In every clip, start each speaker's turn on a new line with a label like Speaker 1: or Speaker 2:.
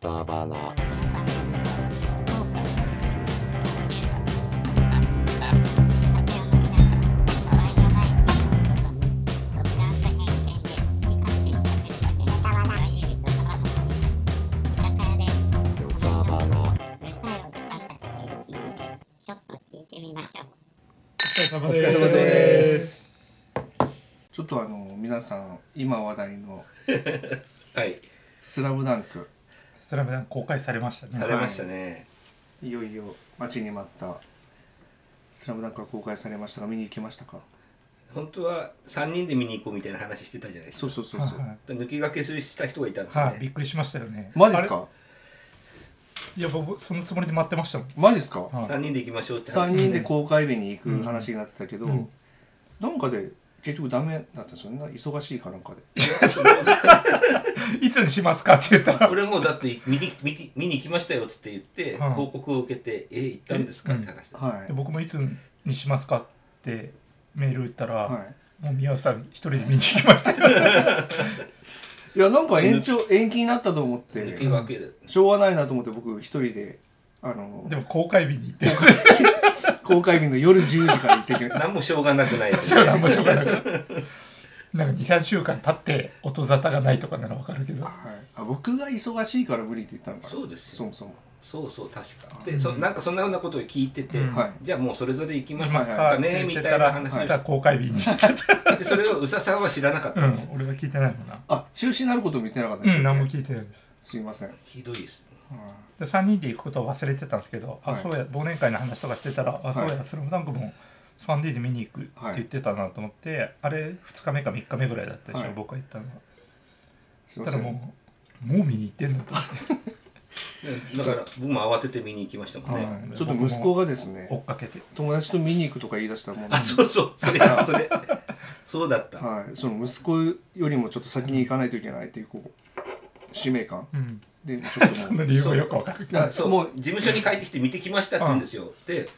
Speaker 1: 歌花
Speaker 2: ちょっ
Speaker 1: 歌花
Speaker 2: と聞いてみましょう。
Speaker 3: お
Speaker 4: お疲れ様
Speaker 3: で
Speaker 4: ですす。
Speaker 3: ちょっとあの皆さん今話題の
Speaker 4: はい、
Speaker 3: 「スラムダンク
Speaker 5: スラムダンク公開されました
Speaker 4: さ
Speaker 5: ね。
Speaker 4: れましたね。
Speaker 3: いよいよ待ちに待った「スラムダンクが公開されましたが見に行きましたか
Speaker 4: 本当は三人で見に行こうみたいな話してたじゃないです
Speaker 3: そ
Speaker 4: か
Speaker 3: う。そうそう
Speaker 5: はい
Speaker 3: そう、
Speaker 5: はい
Speaker 4: 抜け駆けするした人がいたんですよ
Speaker 5: はい、びっ
Speaker 4: ね。
Speaker 5: くりしましたよね。
Speaker 3: マジっす
Speaker 5: あ
Speaker 3: か
Speaker 5: れいや、僕、そのつもりで待ってましたもん。
Speaker 3: マジっすか、
Speaker 5: はい
Speaker 4: 三人で行きましょうって
Speaker 3: 三
Speaker 4: 話。
Speaker 3: 3人で公開日に行く話になってたけど、
Speaker 5: うん
Speaker 3: なんかで結局ダメだったんですよね忙しいかなんかで
Speaker 5: いつにしますかって言ったら、
Speaker 4: 俺もうだって見に見に見に行きましたよっつって言って
Speaker 5: はい
Speaker 4: 報告を受けてえ行ったんですかって話。
Speaker 3: はい
Speaker 5: 僕もいつにしますかってメール打ったら、
Speaker 3: は
Speaker 5: もう宮尾さん一人で見に行きましたよ。
Speaker 3: いいやなんか延長延期になったと思っ
Speaker 4: 抜
Speaker 3: て
Speaker 4: け駆けで。
Speaker 3: しょうがないなと思って僕一人であの
Speaker 5: でも公開日に行って、
Speaker 3: 公開日の夜10時から行ってき
Speaker 4: 何もしょうがなくないで す
Speaker 5: そ
Speaker 4: ね
Speaker 5: れ。は面白かった。なんか2、3週間経って音沙汰がないとかならわかるけど。
Speaker 3: はい、あ僕が忙しいから無理って言ったのかな
Speaker 4: そうですよ
Speaker 3: そもそも
Speaker 4: そうそう確か。で、そなんかそんなようなことを聞いてて
Speaker 5: うん
Speaker 3: はい、
Speaker 4: じゃあもうそれぞれ行きます
Speaker 3: はい
Speaker 4: かねみたいな話
Speaker 5: 言っ
Speaker 4: を
Speaker 5: たら公開 日に行って
Speaker 4: して、それを宇佐さんは知らなかった
Speaker 5: うん
Speaker 4: ですよ。、
Speaker 5: 俺は聞いてないもんな。
Speaker 3: あ中止になることも言ってなかったん
Speaker 5: う
Speaker 3: でし
Speaker 5: ん、
Speaker 3: たっ
Speaker 5: 何
Speaker 3: け
Speaker 5: も聞いてないです。
Speaker 3: すいません、
Speaker 4: ひどいですね。
Speaker 5: で3人で行くことを忘れてたんですけど、
Speaker 3: は
Speaker 5: あ
Speaker 3: い
Speaker 5: そうや忘年会の話とかしてたら「あそう
Speaker 3: は
Speaker 5: やスラムダンクも 3D で見に行く」って
Speaker 3: はい
Speaker 5: 言ってたなと思って、あれ2日目か3日目ぐらいだったでしょ、
Speaker 3: はい
Speaker 5: 僕が行ったのは
Speaker 3: す
Speaker 5: そ
Speaker 3: い
Speaker 5: した
Speaker 3: ま
Speaker 5: ら
Speaker 3: せん
Speaker 5: もうもう見に行ってんのと思って
Speaker 4: だから僕も慌てて見に行きましたもんね。
Speaker 3: はいちょっと息子がですね
Speaker 5: 追っかけて
Speaker 3: 友達と見に行くとか言い出したもんで
Speaker 4: あ、そうそう、そ れ、それ。そうだった。
Speaker 3: はい、その息子よりもちょっと先に行かないといけないっていうこう使命感
Speaker 5: うん
Speaker 3: でちょっ と
Speaker 5: そ
Speaker 3: も
Speaker 5: の
Speaker 3: う
Speaker 5: 理由はよくわかるけど
Speaker 3: あ
Speaker 4: そう、
Speaker 3: も
Speaker 4: も
Speaker 3: う
Speaker 4: う事務所に帰ってきて見てきましたって言うんですよ。で、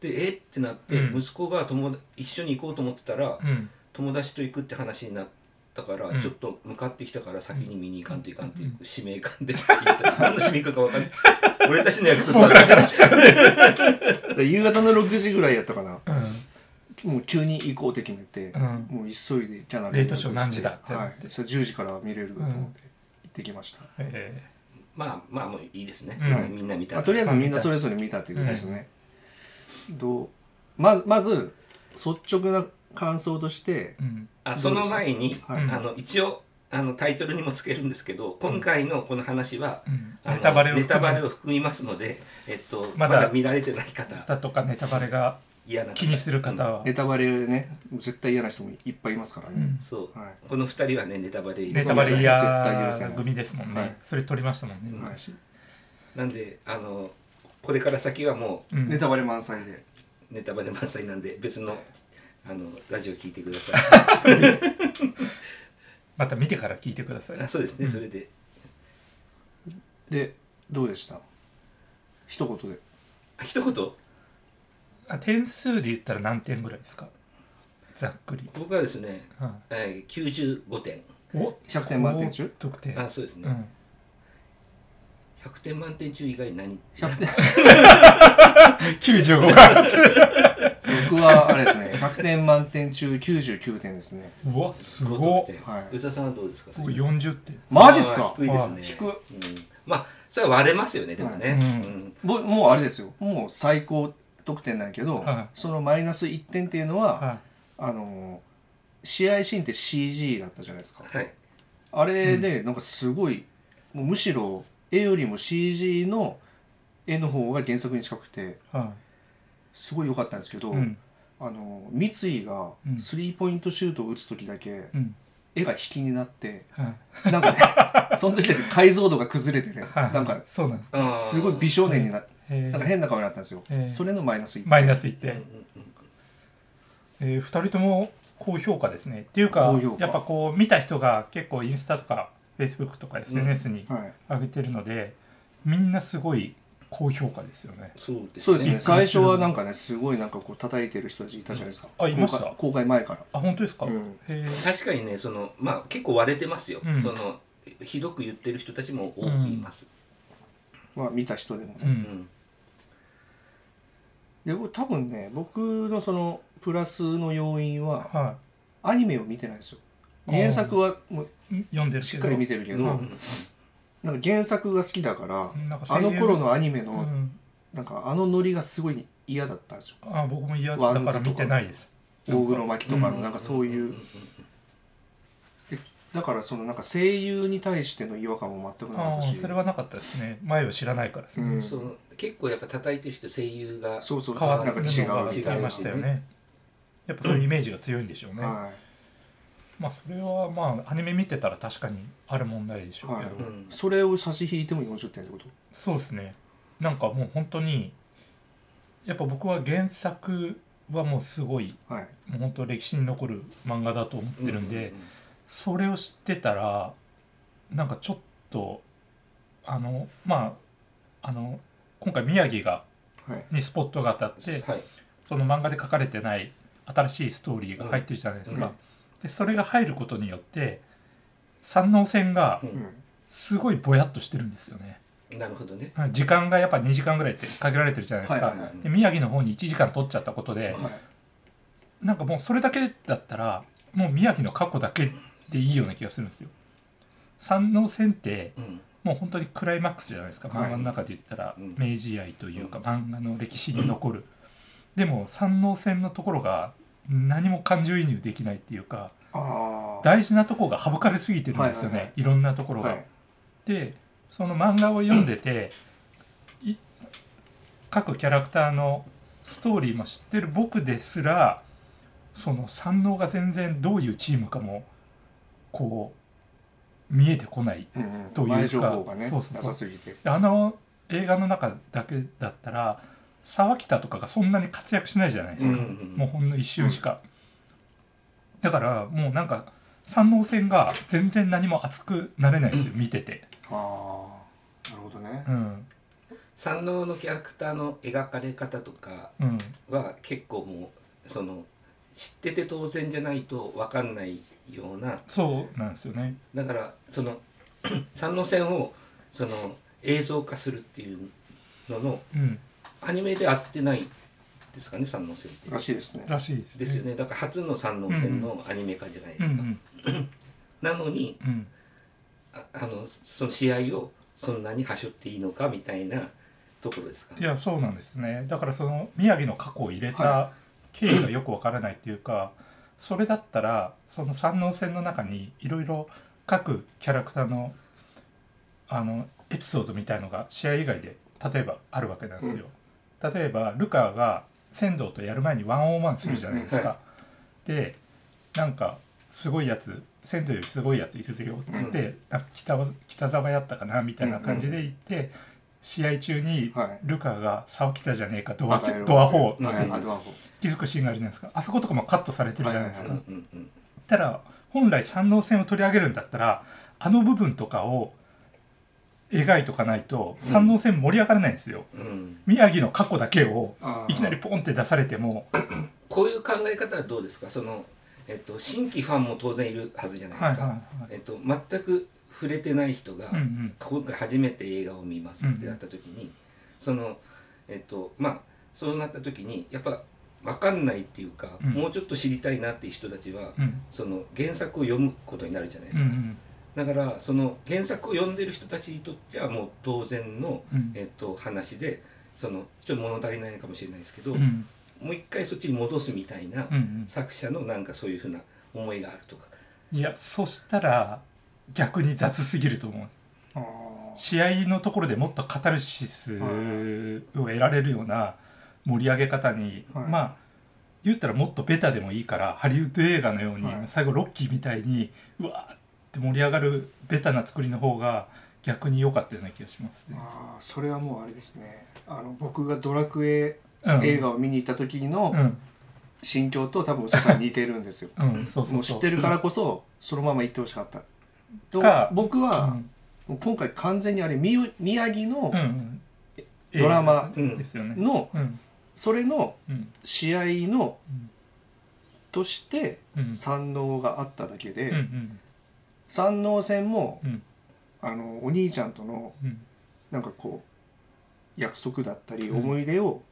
Speaker 4: で、えってなって、
Speaker 5: うん
Speaker 4: 息子が友達一緒に行こうと思ってたら、
Speaker 5: うん
Speaker 4: 友達と行くって話になったから、
Speaker 5: うん
Speaker 4: ちょっと向かってきたから先に見に行かんといかんっていう使命感で言ったら、何の使命感か分かんない。俺たちの約束だったからした
Speaker 3: だから夕方の6時ぐらいやったかな
Speaker 5: う
Speaker 3: もう急に行こうって決めて、
Speaker 5: ん
Speaker 3: もう急いでキャナ
Speaker 5: レートショー何時だって
Speaker 3: は
Speaker 5: ないって、
Speaker 3: そしたら10時から見れると思って行ってきました、
Speaker 5: え
Speaker 4: まあまあもういいですね。
Speaker 5: うん
Speaker 4: みんな見た
Speaker 3: まあ、
Speaker 4: ら。
Speaker 3: とりあえずみんなそれぞれ見たっていうことですね、どうまずまず率直な感想として
Speaker 5: ーうん
Speaker 4: あその前に、
Speaker 3: はい
Speaker 4: あの一応あのタイトルにもつけるんですけど今回のこの話は、
Speaker 5: うん
Speaker 4: あの
Speaker 5: ネタバレを
Speaker 4: ネタバレを含みますので、えっと、ま
Speaker 5: ま
Speaker 4: だ
Speaker 5: だ
Speaker 4: 見られてない方
Speaker 5: だとかネタバレが
Speaker 4: 嫌な方
Speaker 5: 気にする方
Speaker 4: うん
Speaker 5: は、
Speaker 3: ネタバレね絶対嫌な人もいっぱいいますから
Speaker 5: う
Speaker 3: ね、
Speaker 5: ん
Speaker 4: そう、
Speaker 3: はい
Speaker 4: この二人はねネタバレ
Speaker 5: ネタバレ
Speaker 3: 絶対許せ
Speaker 5: 嫌
Speaker 3: ない
Speaker 5: 組ですもんね、
Speaker 3: はい
Speaker 5: それ取りましたもんね
Speaker 4: うん
Speaker 5: 昔、
Speaker 4: なんであのこれから先はも
Speaker 5: うん
Speaker 3: ネタバレ満載で
Speaker 4: うネタバレ満載なんで別のあのラジオ聞いてく ださ
Speaker 5: また見てから聞いてください
Speaker 4: いあそうですねそれで
Speaker 3: でどうでした一言で
Speaker 4: あ一言
Speaker 5: あ点数で言ったら何点ぐらいですかざっくり、
Speaker 4: 僕はですね、
Speaker 5: は
Speaker 4: えー、95点
Speaker 5: い、お
Speaker 3: 100点満点中
Speaker 5: 高得点
Speaker 4: あそうですね、
Speaker 5: うん、
Speaker 4: 100点満点中以外何
Speaker 3: 100点
Speaker 5: 95が
Speaker 3: 僕はあれですね100点満点中99点ですね
Speaker 5: うわす
Speaker 4: 高
Speaker 5: ご
Speaker 4: 得点
Speaker 3: はい
Speaker 4: 宇佐さんはどうですかそれ
Speaker 5: い40点
Speaker 3: マジっすか
Speaker 4: 低いですね。
Speaker 3: 低い
Speaker 4: うんまあ、それは割れますよね、でも
Speaker 5: は
Speaker 4: ね。
Speaker 5: いうん
Speaker 4: うん
Speaker 3: ぼもうあれですよもう最高得点なんやけど、
Speaker 5: は
Speaker 3: そのマイナス1点っていうのは、
Speaker 5: は
Speaker 3: あのー試合シーンって CG だったじゃないですか
Speaker 4: はい。
Speaker 3: あれでなんかすごい、もうむしろ絵よりも CG の絵の方が原作に近くて
Speaker 5: いは
Speaker 3: すごい良かったんですけ
Speaker 5: い
Speaker 3: ど、
Speaker 5: うん
Speaker 3: あの三井が
Speaker 5: うん
Speaker 3: スリーポイントシュートを打つ時だけ
Speaker 5: うん
Speaker 3: 絵が引きになって、
Speaker 5: はい
Speaker 3: なんか ねその時だけ解像度が崩れてね、
Speaker 5: はい
Speaker 3: なんか
Speaker 5: そうなんです
Speaker 4: あー
Speaker 3: すごい美少年になって、
Speaker 5: え
Speaker 3: なんか
Speaker 5: ー、
Speaker 3: 変な顔になったんですよ、
Speaker 5: えー
Speaker 3: それのマイナス1
Speaker 5: マイナス1
Speaker 4: うん
Speaker 5: 点、えー、2人とも高評価ですねっていうか
Speaker 3: 高評価
Speaker 5: やっぱこう見た人が結構インスタとかフェイスブックとか SNS に
Speaker 3: はい
Speaker 5: 上げてるので、みんなすごい高評価ですよね
Speaker 4: そうです
Speaker 3: そ
Speaker 4: ね。
Speaker 3: うですね
Speaker 5: 一回
Speaker 3: 最初はなんかねすごいなんかこう叩いてる人たちいたじゃないですか、
Speaker 5: あいました
Speaker 3: なんか公開前から
Speaker 5: あ本当ですか、
Speaker 3: うん
Speaker 5: へー
Speaker 4: 確かにね、その、まあ、結構割れてますよ。
Speaker 5: うん
Speaker 4: その、ひどく言ってる人たちも多くいます。
Speaker 3: まあ見た人でもね、
Speaker 5: う
Speaker 4: うんん
Speaker 3: で僕多分ね僕のそのプラスの要因は
Speaker 5: は
Speaker 3: アニメを見てないんですよ
Speaker 5: あー
Speaker 3: 原作はもう
Speaker 5: いん読んでる
Speaker 3: し
Speaker 5: け
Speaker 3: っ
Speaker 5: ど
Speaker 3: かり見てるけど、
Speaker 4: うん
Speaker 3: なんか原作が好きだから、
Speaker 5: なんか声
Speaker 3: あ
Speaker 5: 優
Speaker 3: の頃のアニメ
Speaker 5: う
Speaker 3: の、
Speaker 5: ん、
Speaker 3: なんかあのノリがすごい嫌だったんですよ
Speaker 5: あ僕も嫌だったから見てないです
Speaker 3: 大黒摩季とかの
Speaker 5: うん
Speaker 3: なんかそういう、でだからそのなんか声優に対しての違和感も全くなか
Speaker 5: あ
Speaker 3: った
Speaker 5: あ
Speaker 3: し
Speaker 5: それはなかったですね前を知らないからです
Speaker 3: う
Speaker 5: ね、
Speaker 3: ん、
Speaker 4: そ
Speaker 3: そう
Speaker 4: の結構やっぱ叩いてる人声優が
Speaker 3: そう
Speaker 5: 変わっ
Speaker 3: な
Speaker 5: た
Speaker 3: んか
Speaker 5: の
Speaker 3: 違
Speaker 5: が
Speaker 3: う
Speaker 5: 違
Speaker 4: 違
Speaker 5: い
Speaker 4: い
Speaker 5: ま
Speaker 4: ま
Speaker 5: し
Speaker 4: したた
Speaker 5: よ
Speaker 4: よ
Speaker 5: ね
Speaker 4: ね
Speaker 5: やっぱそういうイメージが強いんでしょうね、
Speaker 3: は
Speaker 5: まあそれはまあアニメ見てたら確かにある問題でしょうけど、
Speaker 3: はいうい
Speaker 4: ん
Speaker 3: それを差し引いても40点ってこと
Speaker 5: そうですねなんかもう本当にやっぱ僕は原作はもうすごい
Speaker 3: はい
Speaker 5: もう本当歴史に残る漫画だと思ってるんで、
Speaker 4: う
Speaker 5: それを知ってたらなんかちょっとあのまああの今回宮城が
Speaker 3: はい
Speaker 5: にスポットが当たって
Speaker 4: はい
Speaker 5: その漫画で書かれてない新しいストーリーが入ってるじゃないですか、でそれが入ることによって三能線が
Speaker 4: う
Speaker 3: う
Speaker 5: すごいぼやっとしてるんですよね
Speaker 4: なるほどね
Speaker 5: はい時間がやっぱ2時間ぐらいって限られてるじゃないですか、
Speaker 3: はいはい
Speaker 5: で宮城の方に1時間取っちゃったことで
Speaker 3: んはい
Speaker 5: なんかもうそれだけだったらもう宮城の過去だけでいいような気がするんですよ三能線って
Speaker 4: うん
Speaker 5: もう本当にクライマックスじゃないですか
Speaker 3: はい
Speaker 5: 漫画の中で言ったら
Speaker 4: うん
Speaker 5: 明治愛というか漫画の歴史に残るでも三能線のところが何も感情移入できないっていうか
Speaker 3: ああ
Speaker 5: 大事なところが省かれすぎてるんですよ
Speaker 3: はいはいは
Speaker 5: ねいろんなところ
Speaker 3: は
Speaker 5: が
Speaker 3: い。
Speaker 5: でその漫画を読んでてい各キャラクターのストーリーも知ってる僕ですらその三能が全然どういうチームかもこう見えてこない
Speaker 3: うんうん
Speaker 5: というか
Speaker 3: 前情報がね
Speaker 5: そうそうそう
Speaker 3: なさすぎて
Speaker 5: であの映画の中だけだったら沢北とかがそんなに活躍しないじゃないですか、もうほんの一瞬しか、だからもうなんか三能戦が全然何も熱くなれないんですよ見てて、
Speaker 3: ああなるほどね
Speaker 5: うん
Speaker 4: 三能のキャラクターの描かれ方とか
Speaker 5: うん、
Speaker 4: は結構もうその知ってて当然じゃないと分かんないような
Speaker 5: そうなんですよね
Speaker 4: だからその 三能線をその映像化するっていうのの
Speaker 5: うん
Speaker 4: アニメで合ってないですかね三能線って
Speaker 3: らしいですね
Speaker 5: らしいですね
Speaker 4: ですよねだから初の三能線のアニメ化じゃないで
Speaker 5: う
Speaker 4: す
Speaker 5: ん
Speaker 4: か、
Speaker 5: うん
Speaker 4: なのに
Speaker 5: うん
Speaker 4: ああのその試合をそんなに端折っていいのかみたいなところですか
Speaker 5: いやそうなんですねだからその宮城の過去を入れた
Speaker 3: は
Speaker 5: 経緯がよくわからないっていうか、それだったらその三能線の中にいろいろ各キャラクターのあのエピソードみたいのが試合以外で例えばあるわけなんですよ。例えばルカが仙道とやる前にワンオンワンするじゃないですか。
Speaker 4: うんは
Speaker 5: でなんかすごいやつ仙道よりすごいやついるぜよっつって、なんか北は北沢やったかなみたいな感じで言って、試合中に
Speaker 3: はい
Speaker 5: ルカが沢北じゃねえかドア
Speaker 3: 赤色
Speaker 5: ドアホー
Speaker 4: うん
Speaker 3: はいあドアホ
Speaker 5: 気づくシーンがあるじゃないですかあそことかもカットされてるじゃないです
Speaker 4: う
Speaker 5: か、
Speaker 4: んうんうん
Speaker 5: たら本来三能線を取り上げるんだったらあの部分とかを描いとかないと三能線盛り上がらないんですよ、
Speaker 4: うん
Speaker 5: 宮城の過去だけを
Speaker 3: あー
Speaker 5: いきなりポンって出されても
Speaker 4: こういう考え方はどうですかその、えっと、新規ファンも当然いるはずじゃないで
Speaker 5: はい
Speaker 4: す
Speaker 5: はい
Speaker 4: か、
Speaker 5: はい
Speaker 4: えっと、全く触れてない人が、
Speaker 5: うんうん
Speaker 4: 今回初めて映画を見ますってなった時に、そのえっとまあそうなった時にやっぱ分かんないっていうか、
Speaker 5: うん
Speaker 4: もうちょっと知りたいなっていう人たちは、
Speaker 5: うん
Speaker 4: その原作を読むことになるじゃないで
Speaker 5: うんう
Speaker 4: すか、
Speaker 5: ん
Speaker 4: だからその原作を読んでる人たちにとってはもう当然の、
Speaker 5: うん
Speaker 4: えっと、話でそのちょっと物足りないのかもしれないですけど、
Speaker 5: うんうん
Speaker 4: もう一回そっちに戻すみたいな、
Speaker 5: うん
Speaker 4: 作者のなんかそういうふうな思いがあるとか
Speaker 5: いやそしたら逆に雑すぎると思う
Speaker 3: あ
Speaker 5: 試合のところでもっとカタルシスを得られるような盛り上げ方に、
Speaker 3: はい
Speaker 5: まあ言ったらもっとベタでもいいからハリウッド映画のように、
Speaker 3: はい
Speaker 5: 最後ロッキーみたいにうわーって盛り上がるベタな作りの方が逆に良かったような気がします
Speaker 3: ー
Speaker 5: ね。
Speaker 3: あーそれはもうあれですねあの僕がドラクエ
Speaker 5: うん、
Speaker 3: 映画を見に行った時の
Speaker 5: うん、
Speaker 3: 心境と多分さん似てるんですよ
Speaker 5: うん、そうそ
Speaker 3: も
Speaker 5: う
Speaker 3: う知
Speaker 5: そう。
Speaker 3: ってるからこそそのまま行ってほしかったと
Speaker 5: か
Speaker 3: 僕
Speaker 5: う
Speaker 3: は
Speaker 5: ん
Speaker 3: もう今回完全にあれみゆ宮城の
Speaker 5: うんうん、
Speaker 3: ドラマ
Speaker 5: 映画ですよね。
Speaker 3: の
Speaker 5: うん
Speaker 3: それの
Speaker 5: うん
Speaker 3: 試合の
Speaker 5: うん
Speaker 3: として
Speaker 5: うん
Speaker 3: 山王があっただけ
Speaker 5: うんう
Speaker 3: で
Speaker 5: ん
Speaker 3: 山王戦も
Speaker 5: うん
Speaker 3: あのお兄ちゃんとの
Speaker 5: うん
Speaker 3: なんかこう約束だったり
Speaker 5: うん
Speaker 3: 思い出を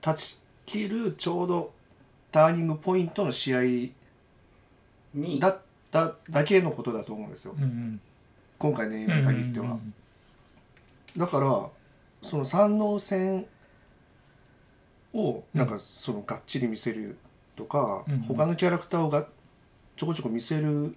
Speaker 3: 断ち切るちょうどターニングポイントの試合
Speaker 4: に
Speaker 3: だっただけのことだと思うんですよ
Speaker 5: うん
Speaker 3: 今回の
Speaker 5: う
Speaker 3: 映
Speaker 5: ん
Speaker 3: 画に限っては。
Speaker 5: うん
Speaker 3: だからその山王戦をなんかそのがっちり見せるとか、
Speaker 5: うん
Speaker 3: 他のキャラクターをがちょこちょこ見せる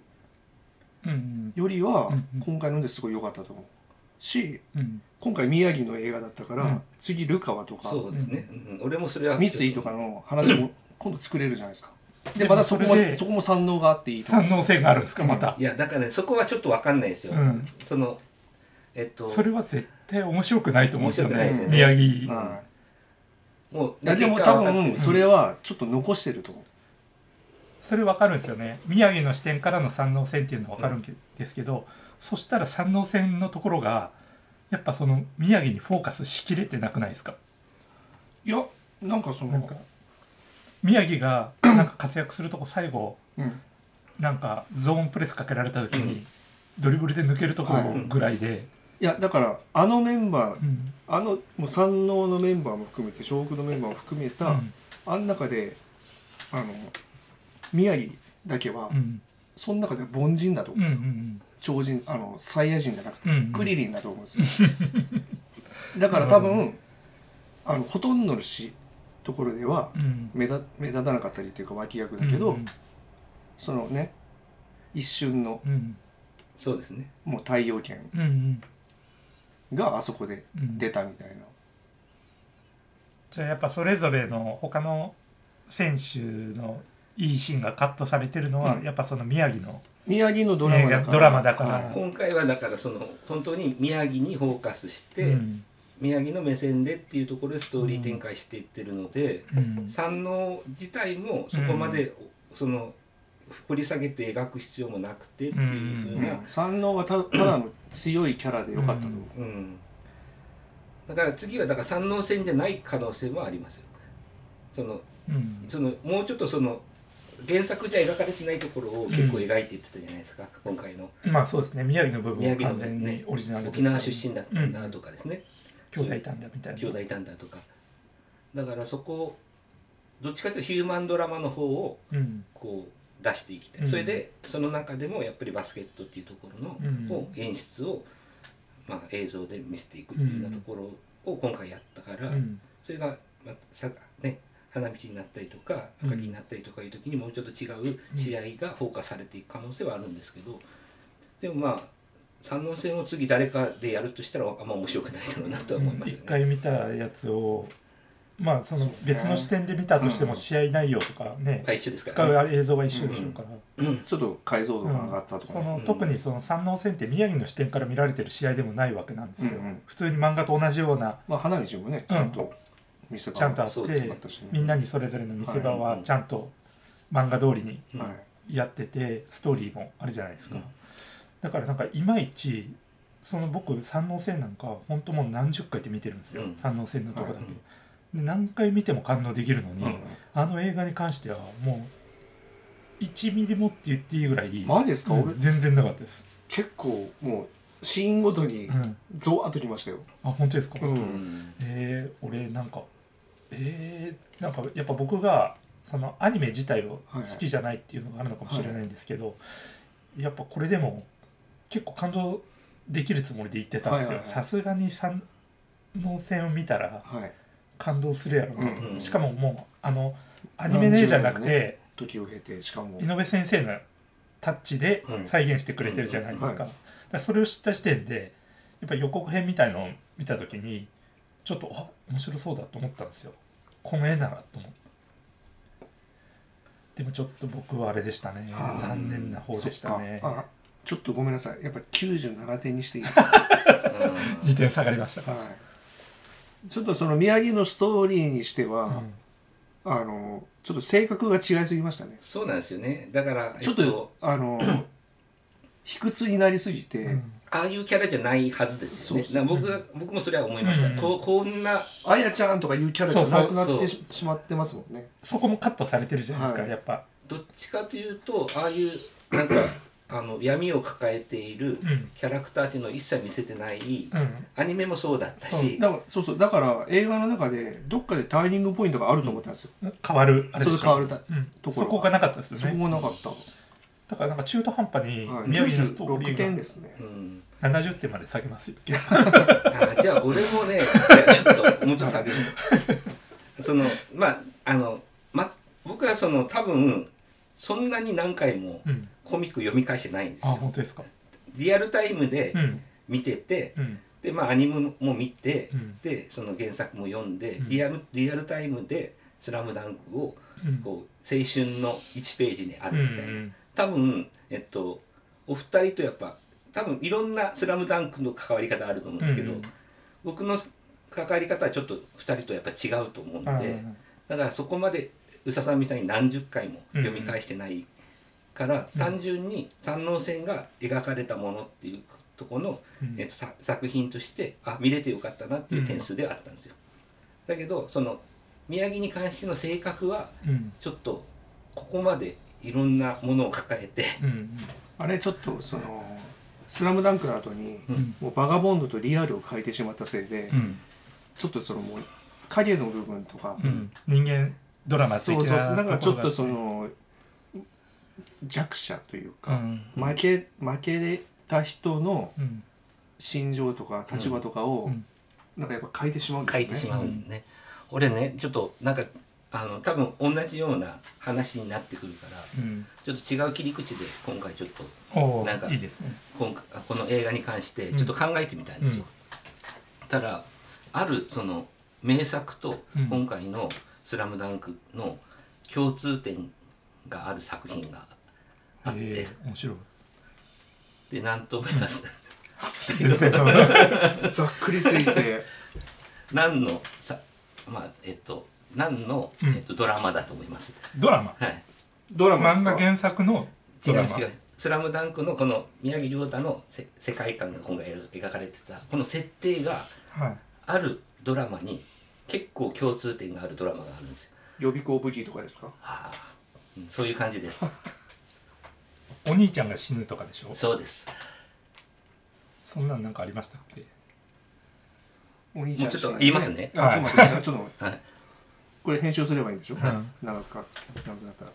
Speaker 5: うん
Speaker 3: よりは
Speaker 5: うんうん
Speaker 3: 今回のですごい良かったと思うし
Speaker 5: うん
Speaker 3: 今回宮城の映画だったから、
Speaker 5: うん
Speaker 3: 次ルカワとか
Speaker 4: そうですね、うん俺もそれは
Speaker 3: 三井とかの話も今度作れるじゃないですか。でまたそこ
Speaker 5: でも
Speaker 3: も
Speaker 5: それで
Speaker 3: そこも山王があっていいと思う
Speaker 5: 三
Speaker 3: んです
Speaker 5: 能性があるんですかまた
Speaker 4: いやだからねそこはちょっとわかんないですよ、
Speaker 5: うん
Speaker 4: そのえっと
Speaker 5: それは絶対面白くないと思うんですよ
Speaker 4: 面
Speaker 5: ね
Speaker 4: 白く
Speaker 3: ない
Speaker 5: 宮城
Speaker 3: は
Speaker 4: もう
Speaker 3: い、いやでも
Speaker 4: 結果
Speaker 3: 多
Speaker 4: は分かってる
Speaker 3: 分それはちょっと残してると思う。
Speaker 5: それわかるんですよね宮城の視点からの三能線っていうのはわかるんけですけど、そしたら三能線のところがやっぱその宮城にフォーカスしきれてなくないですか
Speaker 3: いやなんかその
Speaker 5: なんか宮城がなんか活躍するとこ最後
Speaker 3: うん
Speaker 5: なんかゾーンプレスかけられた時に、
Speaker 4: うん
Speaker 5: ドリブルで抜けるところ
Speaker 3: はい
Speaker 5: ぐらいで、
Speaker 3: いやだからあのメンバー
Speaker 5: うん
Speaker 3: あのもう山王のメンバーも含めて湘北のメンバーも含め
Speaker 5: う
Speaker 3: た、
Speaker 5: ん
Speaker 3: あん中であの宮城だけは、
Speaker 5: うん
Speaker 3: その中で凡人だと思
Speaker 5: うん
Speaker 3: う
Speaker 5: うんん
Speaker 3: ですよ、超人あのサイヤ人じゃなくて、
Speaker 5: うんうん
Speaker 3: クリリンだと思うん ですよだから多分、あのほとんどのしところでは
Speaker 5: うん
Speaker 3: 目立目立たなかったりというか脇役だけど、
Speaker 5: うん
Speaker 3: そのね一瞬の
Speaker 5: うん
Speaker 4: そうですね
Speaker 3: もう太陽圏
Speaker 5: うんうん
Speaker 3: があそこで
Speaker 5: うん
Speaker 3: 出たみたいな、
Speaker 5: じゃあやっぱそれぞれの他の選手のいいシーンがカットされてるのは、
Speaker 3: うん
Speaker 5: やっぱその宮城の
Speaker 3: 宮城のドラマ
Speaker 5: 映
Speaker 3: だか
Speaker 5: 画
Speaker 3: ら
Speaker 5: ドラマだから
Speaker 3: はい
Speaker 4: 今回はだからその本当に宮城にフォーカスして、
Speaker 5: うん
Speaker 4: 宮城の目線でっていうところでストーリー展開していってるので、
Speaker 5: うん
Speaker 4: 山王自体もそこまで、その掘り下げて描く必要もなくてっていうふうな、
Speaker 3: うん山王はたただの強いキャラでよかったと思う、
Speaker 4: うんだから次はだから山王戦じゃない可能性もありますよその
Speaker 5: うん
Speaker 4: そのもうちょっとその原作じゃ描かれてないところを結構描いていってたじゃないですか、今回の
Speaker 5: まあそうですね宮城の部分
Speaker 4: 宮
Speaker 5: は
Speaker 4: 城の
Speaker 5: 完
Speaker 4: ね
Speaker 5: 全にオリジナルです
Speaker 4: 沖
Speaker 5: から
Speaker 4: 縄出身だったんだとかですね、
Speaker 5: 兄弟いたんだみたいな
Speaker 4: 兄弟いたんだとかだからそこをどっちかというとヒューマンドラマの方を
Speaker 5: うん
Speaker 4: こう出していきたい、
Speaker 5: うん
Speaker 4: それでその中でもやっぱりバスケットっていうところの、
Speaker 5: うん
Speaker 4: を演出を、まあ、映像で見せていくっていうようなところを今回やったから、
Speaker 5: うん
Speaker 4: それが、まあさね、花道になったりとか
Speaker 5: うん
Speaker 4: 明かりになったりとかいう時にもうちょっと違う試合がフォーカスされていく可能性はあるんですけどでもまあ三能戦を次誰かでやるとしたらあんま面白くないだろうなとは思います
Speaker 5: 一
Speaker 4: よね。
Speaker 5: 回見たやつをまあそ
Speaker 3: そう
Speaker 5: の
Speaker 3: ね
Speaker 5: 別の視点で見たとして
Speaker 3: う
Speaker 5: も
Speaker 3: ん
Speaker 5: 試合内容とかね
Speaker 4: まあ一緒ですか
Speaker 5: 使
Speaker 4: ら、ね、
Speaker 5: う映像は一緒でしょうから
Speaker 3: ちょっと解像度が上がったとか
Speaker 5: そ
Speaker 3: ね、
Speaker 5: の
Speaker 4: うん
Speaker 5: 特にその山王戦って宮城の視点から見られてる試合でもないわけなんですよ
Speaker 3: うんうん
Speaker 5: 普通に漫画と同じような
Speaker 3: まあ、花道もねちゃんと見せ場
Speaker 5: ちゃんとあっ
Speaker 4: そうです
Speaker 5: て
Speaker 4: ね
Speaker 3: たしね
Speaker 5: みんなにそれぞれの見せ場はちゃんと漫画通りに
Speaker 4: うん
Speaker 3: はい、
Speaker 5: やっててストーリーもあるじゃないですか、
Speaker 4: うん
Speaker 5: だからなんかいまいちその僕山王戦なんか本当もう何十回って見てるんですよ、
Speaker 4: うん
Speaker 5: 山王戦のとこだけ、
Speaker 4: はい
Speaker 5: で何回見ても感動できるのに、
Speaker 3: うん
Speaker 5: あの映画に関してはもう1ミリもって言っていいぐらい、
Speaker 3: マジですか、
Speaker 5: うん
Speaker 3: 俺
Speaker 5: 全然なかったです、
Speaker 3: 結構もうシーンごとに
Speaker 5: うん、
Speaker 3: ゾワッときましたよ、
Speaker 5: あ本当ですか、
Speaker 3: うん
Speaker 4: うん
Speaker 5: えー、俺なんかえー、なんかやっぱ僕がそのアニメ自体を好きじゃないっていうのがあるのかもしれないんですけど、やっぱこれでも結構感動できるつもりで言ってたんです
Speaker 3: はい
Speaker 5: よ
Speaker 3: はいはい
Speaker 5: さすがに三能線を見たら
Speaker 3: はい
Speaker 5: 感動するやろなと、
Speaker 4: うん
Speaker 5: しかももうあのアニメねじゃなくて、
Speaker 3: 時を経てしかも
Speaker 5: 井上先生のタッチで再現してくれてるじゃないですか,、
Speaker 3: うんうんはい
Speaker 5: だからそれを知った時点でやっぱ予告編みたいのを見た時にちょっとあ面白そうだと思ったんですよこの絵ならと思ってでもちょっと僕はあれでしたね
Speaker 3: あー
Speaker 5: 残念な方
Speaker 3: そ
Speaker 5: で
Speaker 3: っ
Speaker 5: した
Speaker 3: か
Speaker 5: ね
Speaker 3: あちょっとごめんなさいやっぱ97点にしていいですか、
Speaker 5: 2点下がりました
Speaker 3: はい、ちょっとその宮城のストーリーにして
Speaker 5: う
Speaker 3: は、
Speaker 5: ん
Speaker 3: あのちょっと性格が違いすぎましたね
Speaker 4: そうなんですよねだから
Speaker 3: ちょっ
Speaker 4: え
Speaker 3: と、あ の卑屈になりすぎて、
Speaker 5: うん
Speaker 4: ああいうキャラじゃないはずですよね
Speaker 3: そうそう
Speaker 4: な僕が僕もそれは思いました、
Speaker 5: うん
Speaker 4: こうこんな
Speaker 3: あやちゃんとかいうキャラじゃなくなっ
Speaker 4: そうそ
Speaker 3: て
Speaker 4: う
Speaker 3: ししまってますもんね
Speaker 5: そこもカットされてるじゃないですか、
Speaker 3: はい
Speaker 5: やっぱ
Speaker 4: どっちかというとああいうなんかあの闇を抱えてい
Speaker 5: う
Speaker 4: る
Speaker 5: ん
Speaker 4: キャラクターっていうのを一切見せてない、
Speaker 5: うん
Speaker 4: アニメもそうだった
Speaker 5: そう
Speaker 4: し
Speaker 3: だからそうそうだから映画の中でどっかでターニングポイントがあると思ったんですよ、
Speaker 5: 変わるあれ
Speaker 3: そ
Speaker 5: で
Speaker 3: れ
Speaker 5: し
Speaker 3: 変わ
Speaker 5: ょ
Speaker 3: るた
Speaker 5: うん
Speaker 3: とこ
Speaker 5: そ
Speaker 3: ろ
Speaker 5: こがなかったですよ
Speaker 3: そこ
Speaker 5: ね
Speaker 3: もなかった、
Speaker 5: だからなんか中途半端に
Speaker 3: はい、
Speaker 5: 宮城のストーリ
Speaker 3: 96点
Speaker 5: ー
Speaker 3: ですね
Speaker 4: うん、
Speaker 5: が70点まで下げますよ
Speaker 4: あじゃあ俺もねいやちょっともうちょっと下げるそのまああの、ま、僕はその多分そんなに何回も
Speaker 5: うん
Speaker 4: コミック読み返してないんです
Speaker 5: あ
Speaker 4: よ
Speaker 5: 本当ですか
Speaker 4: リアルタイムで
Speaker 5: うん
Speaker 4: 見てて、
Speaker 5: うん
Speaker 4: でまあアニメも見て、
Speaker 5: うん
Speaker 4: でその原作も読んで、
Speaker 5: うん
Speaker 4: リアルリアルタイムで「スラムダンクを
Speaker 5: うん
Speaker 4: こう青春の1ページにあ
Speaker 5: う
Speaker 4: るみたいな、
Speaker 5: ん
Speaker 4: 多分えっとお二人とやっぱ多分いろんな「スラムダンクの関わり方あると思うんですけど、
Speaker 5: うん
Speaker 4: 僕の関わり方はちょっと二人とやっぱ違うと思うんで、
Speaker 5: あー
Speaker 4: だからそこまで宇佐さんみたいに何十回も読み返してないから、
Speaker 5: うん
Speaker 4: 単純に三能線が描かれたものっていうとこの、
Speaker 5: うん
Speaker 4: えっと、さ作品としてあ見れてよかったなっていう点数ではあったんですよ。だけどその宮城に関しての性格は
Speaker 5: うん
Speaker 4: ちょっとここまでいろんなものを抱えて、
Speaker 5: うん
Speaker 3: あれちょっとその「スラムダンクの後に、
Speaker 5: うん
Speaker 3: もうバガボンドとリアルを変えてしまったせいで、
Speaker 5: うん
Speaker 3: ちょっとそのもう影の部分とか、
Speaker 5: うん人間ドラマ的
Speaker 3: そ
Speaker 5: な
Speaker 3: うそうそうなんかちょっ
Speaker 5: ころ
Speaker 3: と
Speaker 5: が
Speaker 3: その弱者という
Speaker 5: う
Speaker 3: か、
Speaker 5: ん
Speaker 3: 負け負けた人の
Speaker 5: うん
Speaker 3: 心情とか立場とかを、
Speaker 5: うん
Speaker 3: なんかやっぱ変えてしまうんです
Speaker 4: 書
Speaker 3: よ
Speaker 4: い
Speaker 3: ね。
Speaker 4: てしまうんでね、俺ねちょっとなんかあの多分同じような話になってくるから
Speaker 5: うん
Speaker 4: ちょっと違う切り口で今回ちょっと
Speaker 5: お
Speaker 4: なんか
Speaker 5: おいいですね
Speaker 4: 今回この映画に関してちょっと考えてみたんですよ。ただあるその名作と
Speaker 5: うん
Speaker 4: 今回の「スラムダンクの共通点がある作品があって、
Speaker 5: ええ面白い
Speaker 4: で何と思います
Speaker 5: 全然その
Speaker 3: ざっくりす ぎて
Speaker 4: 何のさまあえっと何の、
Speaker 5: うん
Speaker 4: えっと、ドラマだと思います。
Speaker 5: ドラマ
Speaker 4: はい
Speaker 3: ドラマです
Speaker 5: 漫
Speaker 3: か
Speaker 5: 画原作の
Speaker 4: 違
Speaker 5: ド
Speaker 4: う
Speaker 5: ラマ
Speaker 4: 違う「スラムダンクのこの宮城亮太のせ世界観が今回描かれてたこの設定が
Speaker 5: はい
Speaker 4: あるドラマに結構共通点があるドラマがあるんですよ。
Speaker 3: 予備校武器とかですか
Speaker 4: ああうんそういう感じ です。
Speaker 5: お兄ちゃんが死ぬとかでしょ
Speaker 4: そうです。
Speaker 5: そんなんなんかありましたっけ
Speaker 3: お兄ちゃん
Speaker 4: もうちょっと言いますね
Speaker 3: あちょっと待ってくださいちょっと待って
Speaker 4: はい、
Speaker 3: これ編集すればいいんでしょ、
Speaker 5: ん
Speaker 3: 長くか長くなったら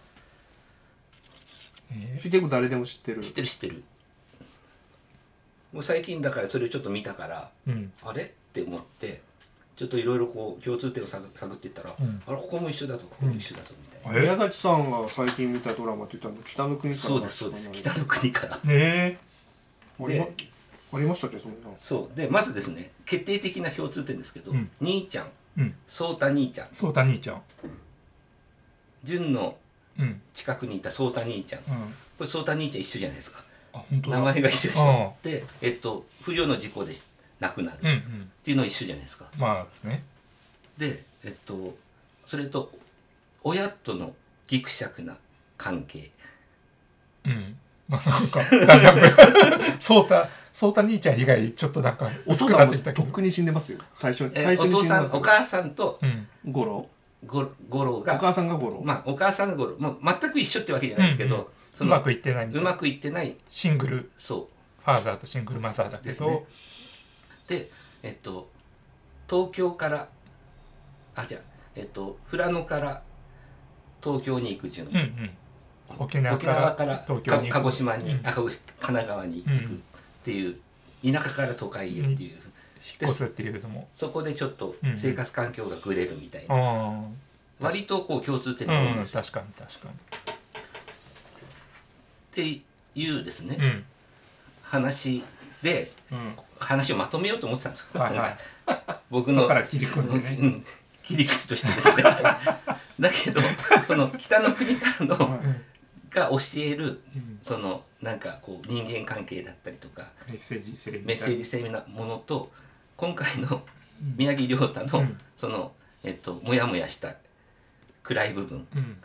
Speaker 5: え
Speaker 3: 結構誰でも知ってる
Speaker 4: 知ってる知ってる。もう最近だからそれをちょっと見たから
Speaker 5: えうん
Speaker 4: あれって思ってちょっといろいろこう共通点を探探っていったら、
Speaker 5: うん
Speaker 4: あれここも一緒だとここも一緒だぞみたいな。
Speaker 5: え
Speaker 3: 宮崎さんが最近見たドラマって言ったの北の国から
Speaker 4: そうですそうです北の国から。
Speaker 5: え
Speaker 3: ありま
Speaker 4: で
Speaker 3: ありましたっけそんな
Speaker 4: そうでまずですね決定的な共通点ですけど、
Speaker 5: うん
Speaker 4: 兄ちゃん
Speaker 5: うん
Speaker 4: 颯太兄ちゃん
Speaker 5: そうた兄ちゃん
Speaker 4: 純の
Speaker 5: うん
Speaker 4: 近くにいた颯太兄ちゃんこ
Speaker 5: うん
Speaker 4: れ颯太兄ちゃん一緒じゃないですか
Speaker 5: あ本当だ
Speaker 4: 名前が一緒じゃ
Speaker 5: あ
Speaker 4: んで、えっと、不慮の事故で亡くなる
Speaker 5: うんう
Speaker 4: っ
Speaker 5: ん
Speaker 4: ていうのは一緒じゃないですか
Speaker 5: まあですね
Speaker 4: でえっとそれと親とのギクシャクな関係
Speaker 5: うんまあなんかだんだんそうたそうた兄ちゃん以外ちょっとなんか
Speaker 3: お父さんもとっくに死んでますよ最初に
Speaker 4: え
Speaker 3: 最初
Speaker 4: お
Speaker 3: に死
Speaker 4: 父
Speaker 3: んで
Speaker 4: さん
Speaker 3: ます
Speaker 4: お
Speaker 3: よ
Speaker 4: 母さんと
Speaker 5: うん
Speaker 3: 五郎
Speaker 4: ゴロゴロ
Speaker 3: お母
Speaker 4: が
Speaker 3: さんが五郎、
Speaker 4: まあお母さんがゴロ、まあ、全く一緒ってわけじゃないですけど、
Speaker 5: うんうん
Speaker 4: そうの
Speaker 5: まくいってないみた
Speaker 4: う
Speaker 5: いな
Speaker 4: まくいってない
Speaker 5: シングル
Speaker 4: そう
Speaker 5: ファーザーとシングルマザーだけ
Speaker 4: ですね
Speaker 5: ど
Speaker 4: でえっと東京からあじゃあえっと富良野から東京に行く順、
Speaker 5: うんうん沖縄から東京に行く
Speaker 4: か鹿児島に、
Speaker 5: うん
Speaker 4: あ鹿児神奈川に行くっていう、田舎から都会へってい
Speaker 5: 引
Speaker 4: う、
Speaker 5: っ越すっていうのも
Speaker 4: そこでちょっと
Speaker 5: うんうん
Speaker 4: 生活環境がぐれるみたいな、
Speaker 5: ああ
Speaker 4: 割とこう共通点が多いん
Speaker 5: うん、
Speaker 4: ですよ、
Speaker 5: 確かに確か
Speaker 4: っていうですね、
Speaker 5: に。うん。
Speaker 4: 話で
Speaker 5: うん。
Speaker 4: 話をまとめようと思ってたんですよ、
Speaker 5: はいはい
Speaker 4: 今回僕
Speaker 5: そ
Speaker 4: の
Speaker 5: こから切り込んでね
Speaker 4: うん切り口としてですねだけどその北の国からの
Speaker 3: は
Speaker 4: が教える
Speaker 5: うん
Speaker 4: そのなんかこう人間関係だったりとか
Speaker 5: メッセージ性みたいな
Speaker 4: メッセージ。性なものと今回の
Speaker 5: うん
Speaker 4: 宮城亮太の
Speaker 5: うん
Speaker 4: そのえっとモヤモヤした暗い部分
Speaker 5: うん。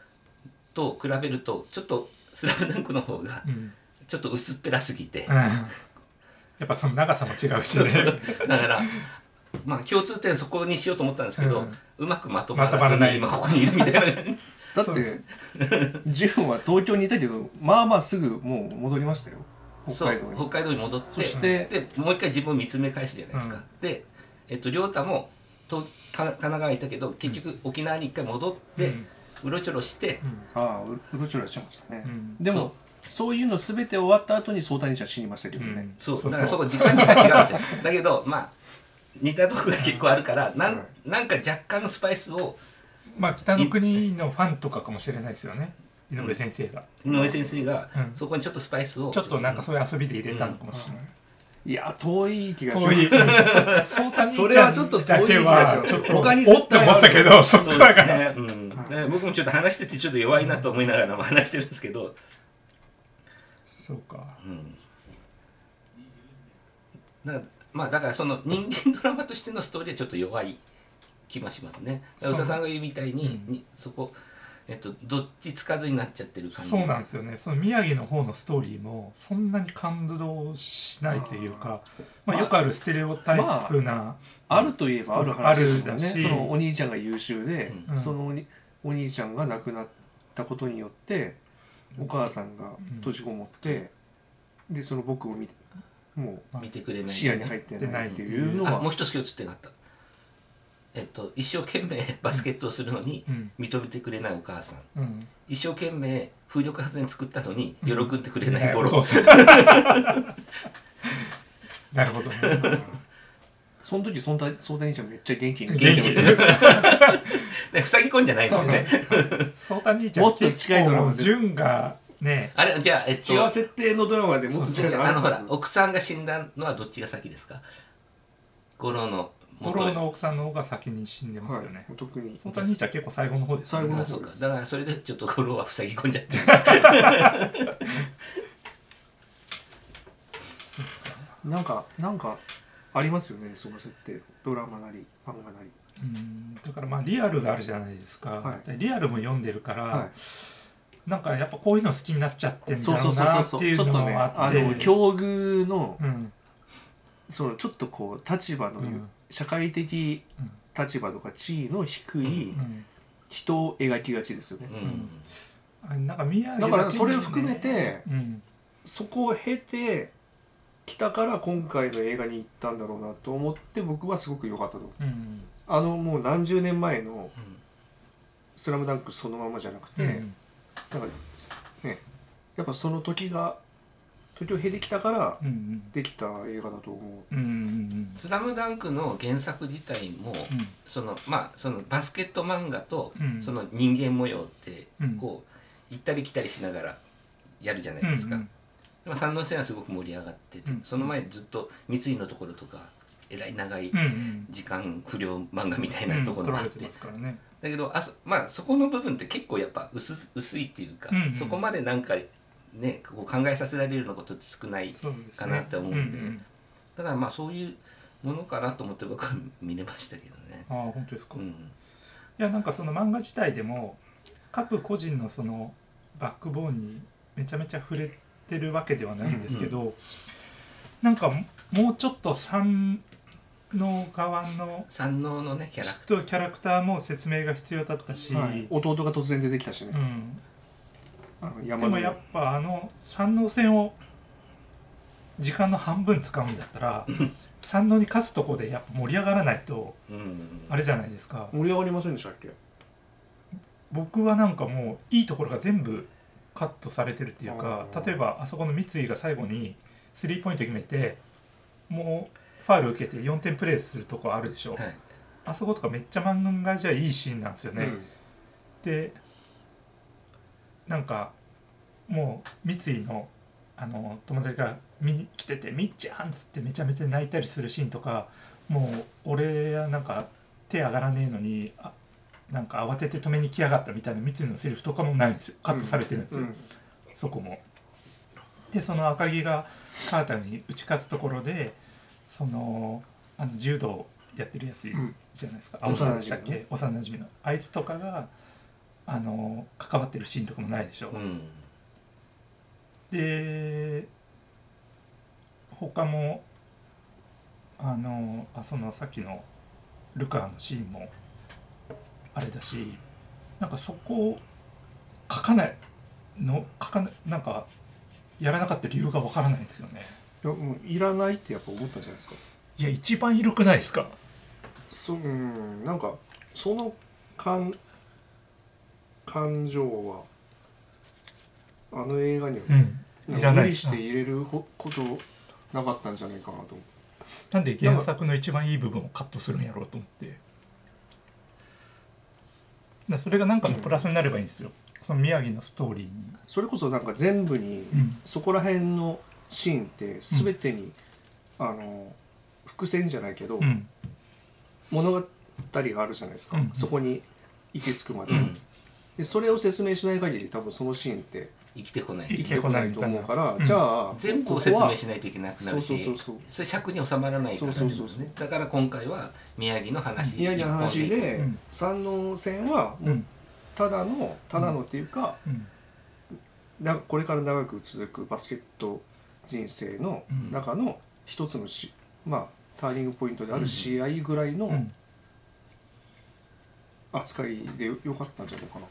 Speaker 4: と比べるとちょっと「スラムダンクの方が
Speaker 5: うん。
Speaker 4: ちょっと薄っぺらすぎて
Speaker 5: うんやっぱその長さも違うしね。
Speaker 4: だからまあ共通点そこにしようと思ったんですけど、
Speaker 5: う
Speaker 4: うんまくまとまら
Speaker 5: まと
Speaker 4: ず
Speaker 5: まらな
Speaker 4: に
Speaker 5: い
Speaker 4: 今ここにいるみたいな
Speaker 3: だってジュンは東京にいたけどまあまあすぐもう戻りましたよ北海道
Speaker 4: そう
Speaker 3: に
Speaker 4: 北海道に戻って
Speaker 3: そして
Speaker 4: でもう一回自分を見つめ返すじゃないですか、
Speaker 5: うん
Speaker 4: で、えっと、亮太も東か神奈川にいたけど結局沖縄に一回戻って、
Speaker 5: うん
Speaker 4: うろちょろして、
Speaker 3: ああううろちょろしましたね、
Speaker 5: うん
Speaker 3: でもそういうの全て終わった後に相談者死にましたけどね、
Speaker 5: うん
Speaker 4: そう
Speaker 5: そうそう
Speaker 4: だからそこ時間が違う じゃんだけどまあ似たとこが結構あるからな
Speaker 3: は
Speaker 4: んなんか若干のスパイスを
Speaker 5: まあ北の国のファンとかかもしれないですよね井上先生が、
Speaker 4: 井上先生が
Speaker 5: うん
Speaker 4: そこにちょっとスパイスを
Speaker 5: ちょっとなんかそういう遊びで入れたのかもしれない、
Speaker 3: いや遠い気がし
Speaker 5: 遠
Speaker 3: ます
Speaker 5: いそうた
Speaker 3: それはちょっと遠い気がします
Speaker 5: ちょっとおっ
Speaker 3: 他に
Speaker 5: て思
Speaker 3: 絶対あ
Speaker 5: っ
Speaker 3: る
Speaker 5: たけどそっ
Speaker 4: そう
Speaker 5: か
Speaker 4: です
Speaker 5: らが、
Speaker 4: ね、うん、だから僕もちょっと話しててちょっと弱いなと思いながらも話してるんですけど、
Speaker 5: そうか
Speaker 4: うん、だからまあだからその人間ドラマとしてのストーリーはちょっと弱い気もしますねだから宇佐さんが言うみたいに,、にそこ、えっと、どっちつかずになっちゃってる感じ
Speaker 5: そうなんですよねその宮城の方のストーリーもそんなに感動しないというかまあ、よくあるステレオタイプな、
Speaker 3: あるといえばある話ですもんね
Speaker 5: あるだし
Speaker 3: そのお兄ちゃんが優秀で、
Speaker 5: うん
Speaker 3: そのおにお兄ちゃんが亡くなったことによってお母さんが閉じこもって、でその僕を見も
Speaker 4: 見てくれ
Speaker 3: う
Speaker 4: ない
Speaker 3: 視野に入ってないっていうの
Speaker 4: あもう
Speaker 3: は
Speaker 4: 一つ今日つってなったえっと一生懸命 バスケットをするのに
Speaker 5: うん
Speaker 4: 認めてくれないお母さん
Speaker 5: うん、
Speaker 4: 一生懸命風力発電作ったのに喜んでくれ
Speaker 5: ね
Speaker 4: ないボ
Speaker 5: お
Speaker 4: ロ、
Speaker 5: 父さんなるほど ね
Speaker 3: その時そんな相談兄ちゃんめっちゃ元気に
Speaker 5: 元気ですね
Speaker 4: ね塞ぎ込んじゃない ですよね
Speaker 5: ソータ兄ちゃん
Speaker 3: もっと近いドラマで
Speaker 5: 純がね
Speaker 4: あれじゃあえっと
Speaker 3: 違う設定のドラマでもっと
Speaker 4: じ
Speaker 3: 違う
Speaker 4: ゃ
Speaker 3: の
Speaker 4: あ
Speaker 3: あ
Speaker 4: あ
Speaker 3: る
Speaker 4: の
Speaker 3: ん
Speaker 4: ほ
Speaker 3: で
Speaker 4: ら奥さんが死んだのはどっちが先ですか五郎の
Speaker 5: 五郎の奥さんの方が先に死んでますよね、
Speaker 3: はい、特に
Speaker 5: ソータ兄ちゃん結構最後の方ですよ
Speaker 3: 最後
Speaker 5: ね
Speaker 3: の
Speaker 4: あ
Speaker 3: 方
Speaker 4: そう
Speaker 3: で
Speaker 4: か
Speaker 3: す
Speaker 4: だからそれでちょっと五郎は塞ぎ込んじゃ って
Speaker 3: なんかなんかありますよねその設定ドラマなり漫画なり
Speaker 5: うんだからまあリアルがあるじゃないですか、
Speaker 3: はい
Speaker 5: でリアルも読んでるから、
Speaker 3: は
Speaker 5: なんかやっぱこういうの好きになっちゃって
Speaker 3: い
Speaker 5: ん
Speaker 3: そ
Speaker 5: だ
Speaker 3: うそ
Speaker 5: ろ
Speaker 3: う
Speaker 5: う
Speaker 3: そうそ
Speaker 5: なっ
Speaker 3: う
Speaker 5: て
Speaker 3: そう
Speaker 5: い
Speaker 3: ちょ
Speaker 5: う
Speaker 3: っと
Speaker 5: の
Speaker 3: ね
Speaker 5: もあ
Speaker 3: あ
Speaker 5: って
Speaker 3: の境遇の
Speaker 5: うん
Speaker 3: そのちょっとこう立場の、
Speaker 5: うん
Speaker 3: 社会的
Speaker 5: うん
Speaker 3: 立場とか地位の低い
Speaker 5: うん
Speaker 3: 人を描きがちですよね、
Speaker 4: うん
Speaker 5: あなんか宮城
Speaker 3: だ
Speaker 5: だ
Speaker 3: から
Speaker 5: けに
Speaker 3: それを含めて
Speaker 5: うん
Speaker 3: そこを経て来たから今回の映画に行ったんだろうなと思って僕はすごく良かったと思う
Speaker 5: うん
Speaker 3: あのもう何十年前の
Speaker 4: うん
Speaker 3: 「スラムダンクそのままじゃなくて、
Speaker 5: うん
Speaker 3: なんかねやっぱその時が時を経てきたから
Speaker 5: うんうん
Speaker 3: できた映画だと思
Speaker 5: うんうん
Speaker 4: スラムダンクの原作自体も、
Speaker 5: うん
Speaker 4: そのまあそのバスケット漫画と、
Speaker 5: うん
Speaker 4: その人間模様って
Speaker 5: うん
Speaker 4: こう行ったり来たりしながらやるじゃないですか、
Speaker 5: うんうん
Speaker 4: まあ、三能線はすごく盛り上がってて、
Speaker 5: うん
Speaker 4: その前ずっと三井のところとかえらい長い
Speaker 5: うんうん
Speaker 4: 時間不良漫画みたい
Speaker 5: うん
Speaker 4: なところ
Speaker 5: 取
Speaker 4: が
Speaker 5: ら
Speaker 4: あっ
Speaker 5: れ
Speaker 4: て,、
Speaker 5: てますからね
Speaker 4: だけどあそ,、まあ、そこの部分って結構やっぱ薄薄いっていうか、
Speaker 5: うんうん
Speaker 4: そこまでなんかねこう考えさせられるようなことって少ない
Speaker 5: そうですね
Speaker 4: かなって思うんで
Speaker 5: ん
Speaker 4: だからまあそういうものかなと思って僕は見れましたけどね。
Speaker 5: ああ本当ですか、
Speaker 4: う
Speaker 5: い
Speaker 4: ん
Speaker 5: やなんかその漫画自体でも各個人のそのバックボーンにめちゃめちゃ触れてるわけではないんですけど、なんかもうちょっと三の側の
Speaker 4: 三能のねキャラク
Speaker 5: 人キャラクターも説明が必要だったし、
Speaker 3: う、はい、弟が突然出てきたし
Speaker 5: う
Speaker 3: ね、
Speaker 5: ん、
Speaker 3: あの
Speaker 5: で
Speaker 3: 山
Speaker 5: も
Speaker 3: の
Speaker 5: やっぱあの三能戦を時間の半分使うんだった ら三能に勝つとこでやっぱ盛り上がらないと
Speaker 4: ター、うん
Speaker 5: あれじゃないですか
Speaker 3: 盛り上がりませんでしたっけ
Speaker 5: 僕はなんかもういいところが全部カットされてるっていうか
Speaker 3: あー
Speaker 5: 例えばあそこの三井が最後にスリーポイント決めてもうファール受けて4点プレーするとこあるでしょ、
Speaker 4: はい、
Speaker 5: あそことかめっちゃ漫画じゃいいシーンなんですよね、
Speaker 3: うん
Speaker 5: でなんかもう三井のあの友達が見に来てて「みっちゃん」っつってめちゃめちゃ泣いたりするシーンとかもう俺はなんか手上がらねえのにあなんか慌てて止めに来やがったみたいな三井のセリフとかもないんですよカットされてるんですよ、
Speaker 3: うん
Speaker 5: そこも。でその赤木がカーターに打ち勝つところでそのあの柔道やってるやついるじゃないですか、青さんでしたっけ幼馴染のあいつとかがあの関わってるシーンとかもないでしょ。
Speaker 4: うん
Speaker 5: で他もあのあそのさっきのルカのシーンもあれだしなんかそこ書かないの書かないなんかやらなかった理由がわからないんですよね
Speaker 3: いやもういらないってやっぱ思ったんじゃないですか
Speaker 5: いや一番緩くないですか
Speaker 3: そうんなんかその感感情はあの映画には
Speaker 5: うん
Speaker 3: なん
Speaker 5: い
Speaker 3: から
Speaker 5: な
Speaker 3: 無
Speaker 5: い
Speaker 3: 理して入れるほことなかったんじゃないかなと思
Speaker 5: なんで原作の一番いい部分をカットするんやろうと思ってだそれがなんかのプラスになればいいんですよその宮城のストーリーに、
Speaker 3: うそれこそなんか全部に
Speaker 5: うん
Speaker 3: そこら辺のシーンって全てに、あの伏線じゃないけど、
Speaker 5: うん
Speaker 3: 物語があるじゃないですか、
Speaker 5: うん
Speaker 3: そこに行き着くまで,、
Speaker 4: うん
Speaker 3: でそれを説明しない限り多分そのシーンって
Speaker 4: 生きてこな
Speaker 5: 生き
Speaker 4: い
Speaker 5: てこないみ
Speaker 3: と
Speaker 5: たい
Speaker 3: 思
Speaker 5: な
Speaker 3: うから、
Speaker 5: うん
Speaker 3: じゃあ
Speaker 4: 全部を説明しないといけなくなるし
Speaker 3: そうそうそうそう
Speaker 4: れ尺に収まらないから
Speaker 3: そうそうそうそう
Speaker 4: ねだから今回は宮城の話
Speaker 3: 宮城の話
Speaker 4: 一本
Speaker 3: で、
Speaker 5: うん
Speaker 3: 山王戦は
Speaker 5: う
Speaker 3: もうんただのただのっていうか、
Speaker 5: うん
Speaker 3: なこれから長く続くバスケット人生の中の一つのし、まあターニングポイントである試合ぐらいうの
Speaker 5: ん
Speaker 3: 扱いでよかったんじゃないかな。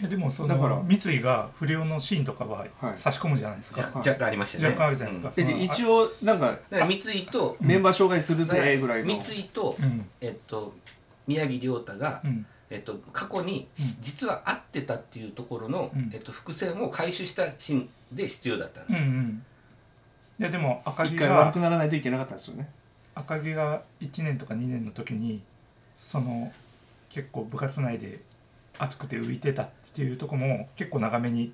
Speaker 5: いやでもそ
Speaker 3: だから
Speaker 5: の三井が不良のシーンとかは
Speaker 3: はい
Speaker 5: 差し込むじゃないですか、
Speaker 4: 若若干ありましたね
Speaker 5: 若干あるじゃないですか
Speaker 4: うん
Speaker 5: その
Speaker 3: で一応なんか
Speaker 4: だから三井と
Speaker 5: ん
Speaker 3: メンバー紹介するぜぐらいの、
Speaker 4: 三井と
Speaker 5: うん
Speaker 4: えっと宮城亮太が
Speaker 5: うん
Speaker 4: えっと過去に
Speaker 5: うん
Speaker 4: 実は会ってたっていうところの
Speaker 5: うん
Speaker 4: えっと伏線を回収したシーンで必要だったんで
Speaker 5: うん
Speaker 4: すよ
Speaker 5: うんいやでも赤
Speaker 3: 一
Speaker 5: 木
Speaker 3: 回悪
Speaker 5: が
Speaker 3: くならないといけなかったんですよね。
Speaker 5: 赤木が1年とか2年の時にその結構部活内で熱くて浮いてたっていうとこも結構長めに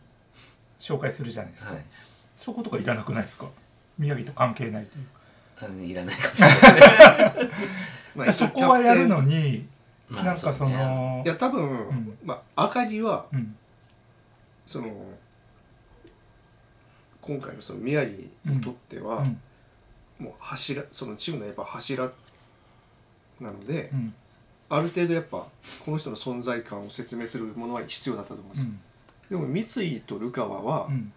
Speaker 5: 紹介するじゃないですか、
Speaker 4: はい
Speaker 5: そことかいらなくないですか宮城と関係ないという
Speaker 4: あのいらないかもしれ ないね
Speaker 3: ま
Speaker 5: いやそこはやるのに
Speaker 4: まあ
Speaker 5: なんかそ
Speaker 4: そうね
Speaker 5: の
Speaker 3: いや多分、
Speaker 5: うん
Speaker 3: まあ赤木は
Speaker 5: うん
Speaker 3: その今回のその宮城にとっては、
Speaker 5: うん
Speaker 3: もう柱そのチームのやっぱ柱なので、
Speaker 5: うん
Speaker 3: ある程度やっぱこの人の存在感を説明するものは必要だったと思うん
Speaker 5: う
Speaker 3: ですよ、
Speaker 5: ん
Speaker 3: でも三井とルカワは
Speaker 5: うん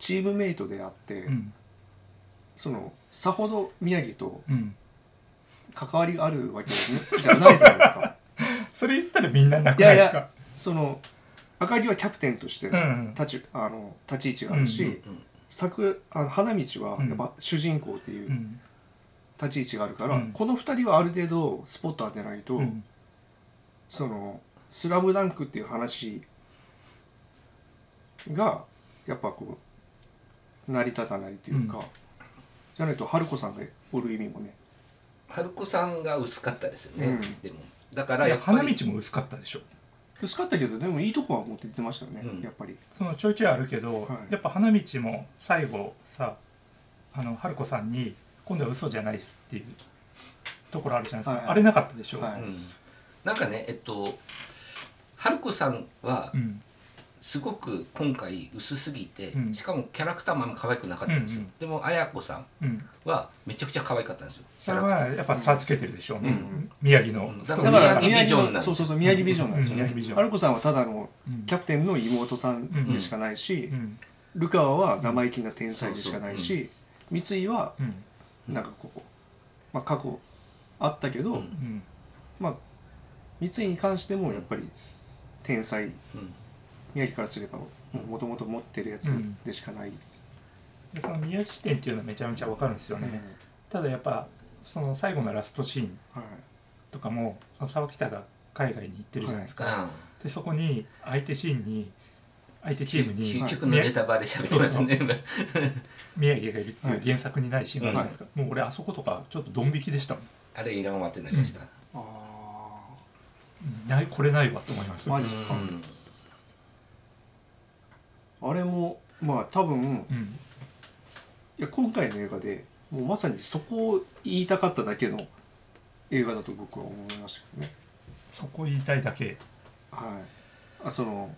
Speaker 3: チームメイトであって、
Speaker 5: うん
Speaker 3: そのさほど宮城と
Speaker 5: うん
Speaker 3: 関わりがあるわけじゃないじゃないです か
Speaker 5: それ言ったらみんななくないですか
Speaker 3: その赤木はキャプテンとして
Speaker 5: う
Speaker 3: の
Speaker 5: ん
Speaker 3: 立ち,、あの立ち位置があるし、
Speaker 5: うんう
Speaker 4: うん
Speaker 3: 桜あの花道は
Speaker 5: うん
Speaker 3: やっぱ主人公っていううん立ち位置があるから、
Speaker 5: うん
Speaker 3: この2人はある程度スポット当てないと、
Speaker 5: うん
Speaker 3: その「スラムダンクっていう話がやっぱこう成り立たないというか、
Speaker 5: う
Speaker 3: じゃないと春子さんがおる意味もね
Speaker 4: 春子さんが薄かったですよね、
Speaker 3: うん
Speaker 4: でもだか
Speaker 5: い
Speaker 4: らや
Speaker 5: や
Speaker 4: っぱ
Speaker 5: 花
Speaker 4: り
Speaker 5: 道も薄かったでしょ
Speaker 3: 薄かったけどでもいいとこは持って出てましたよね、
Speaker 4: うん
Speaker 3: やっぱり
Speaker 5: そのちょいちょいあるけど、
Speaker 3: はい
Speaker 5: やっぱ花道も最後さあの春子さんに「今度は嘘じゃないっす」っていうところあるじゃないですか、
Speaker 3: はいはい
Speaker 5: あれなかったでしょ、
Speaker 3: は
Speaker 4: うんなんかねえっと春子さんは
Speaker 5: うん
Speaker 4: すごく今回薄すぎて、
Speaker 5: うん
Speaker 4: しかもキャラクターもあんま可愛くなかったんですよ、
Speaker 5: うんうん
Speaker 4: でも綾子さん
Speaker 5: うん、
Speaker 4: はめちゃくちゃ可愛かったんですよキ
Speaker 5: そ
Speaker 4: ャ
Speaker 5: れ
Speaker 4: ラクター
Speaker 5: はやっぱ差つけてるでしょうね、
Speaker 4: うん
Speaker 5: 宮城の
Speaker 4: うん
Speaker 5: スト
Speaker 3: だ
Speaker 5: ー
Speaker 3: か
Speaker 5: リー
Speaker 3: ら
Speaker 5: が、
Speaker 4: 宮
Speaker 3: 宮
Speaker 4: 城
Speaker 3: 城
Speaker 4: ビジョンなんで
Speaker 3: の
Speaker 4: す
Speaker 3: そうそうそう宮城ビジョンなんですよね、
Speaker 5: うん宮城ビジョン
Speaker 3: 春子さんはただの
Speaker 5: うん
Speaker 3: キャプテンの妹さんでしかないし、
Speaker 5: うん
Speaker 3: ルカワは生意気な天才でしかないし、三井は
Speaker 5: うん
Speaker 3: なんかこう、まあ、過去あったけど、
Speaker 4: う
Speaker 5: うんん
Speaker 3: まあ、三井に関してもやっぱり天才
Speaker 4: うん
Speaker 3: 宮城からすればもともと持ってるやつ
Speaker 5: うん
Speaker 3: でしかない、
Speaker 5: でその宮城視点っていうのはめちゃめちゃわかるんですよね、ただやっぱその最後のラストシーン
Speaker 3: はい、
Speaker 5: とかもその沢北が海外に行ってるじゃないですか、
Speaker 4: あ
Speaker 5: でそこに相手シーンに相手チームに
Speaker 4: 究極のネタバレしゃべってますね、
Speaker 5: 宮城がいるっていう原作にないシーンがあるじゃないですか、もう俺あそことかちょっとドン引きでしたもん、
Speaker 4: あれいらんわってなりました、
Speaker 3: あ
Speaker 5: ないこれないわと思いまし
Speaker 3: ー
Speaker 5: た、う
Speaker 3: マ
Speaker 5: ん
Speaker 3: ジっすか、
Speaker 4: うん
Speaker 3: あれもまあ多分いや今回の映画でもうまさにそこを言いたかっただけの映画だと僕は思いましたけどね
Speaker 5: そこ言いたいだけ
Speaker 3: はいあその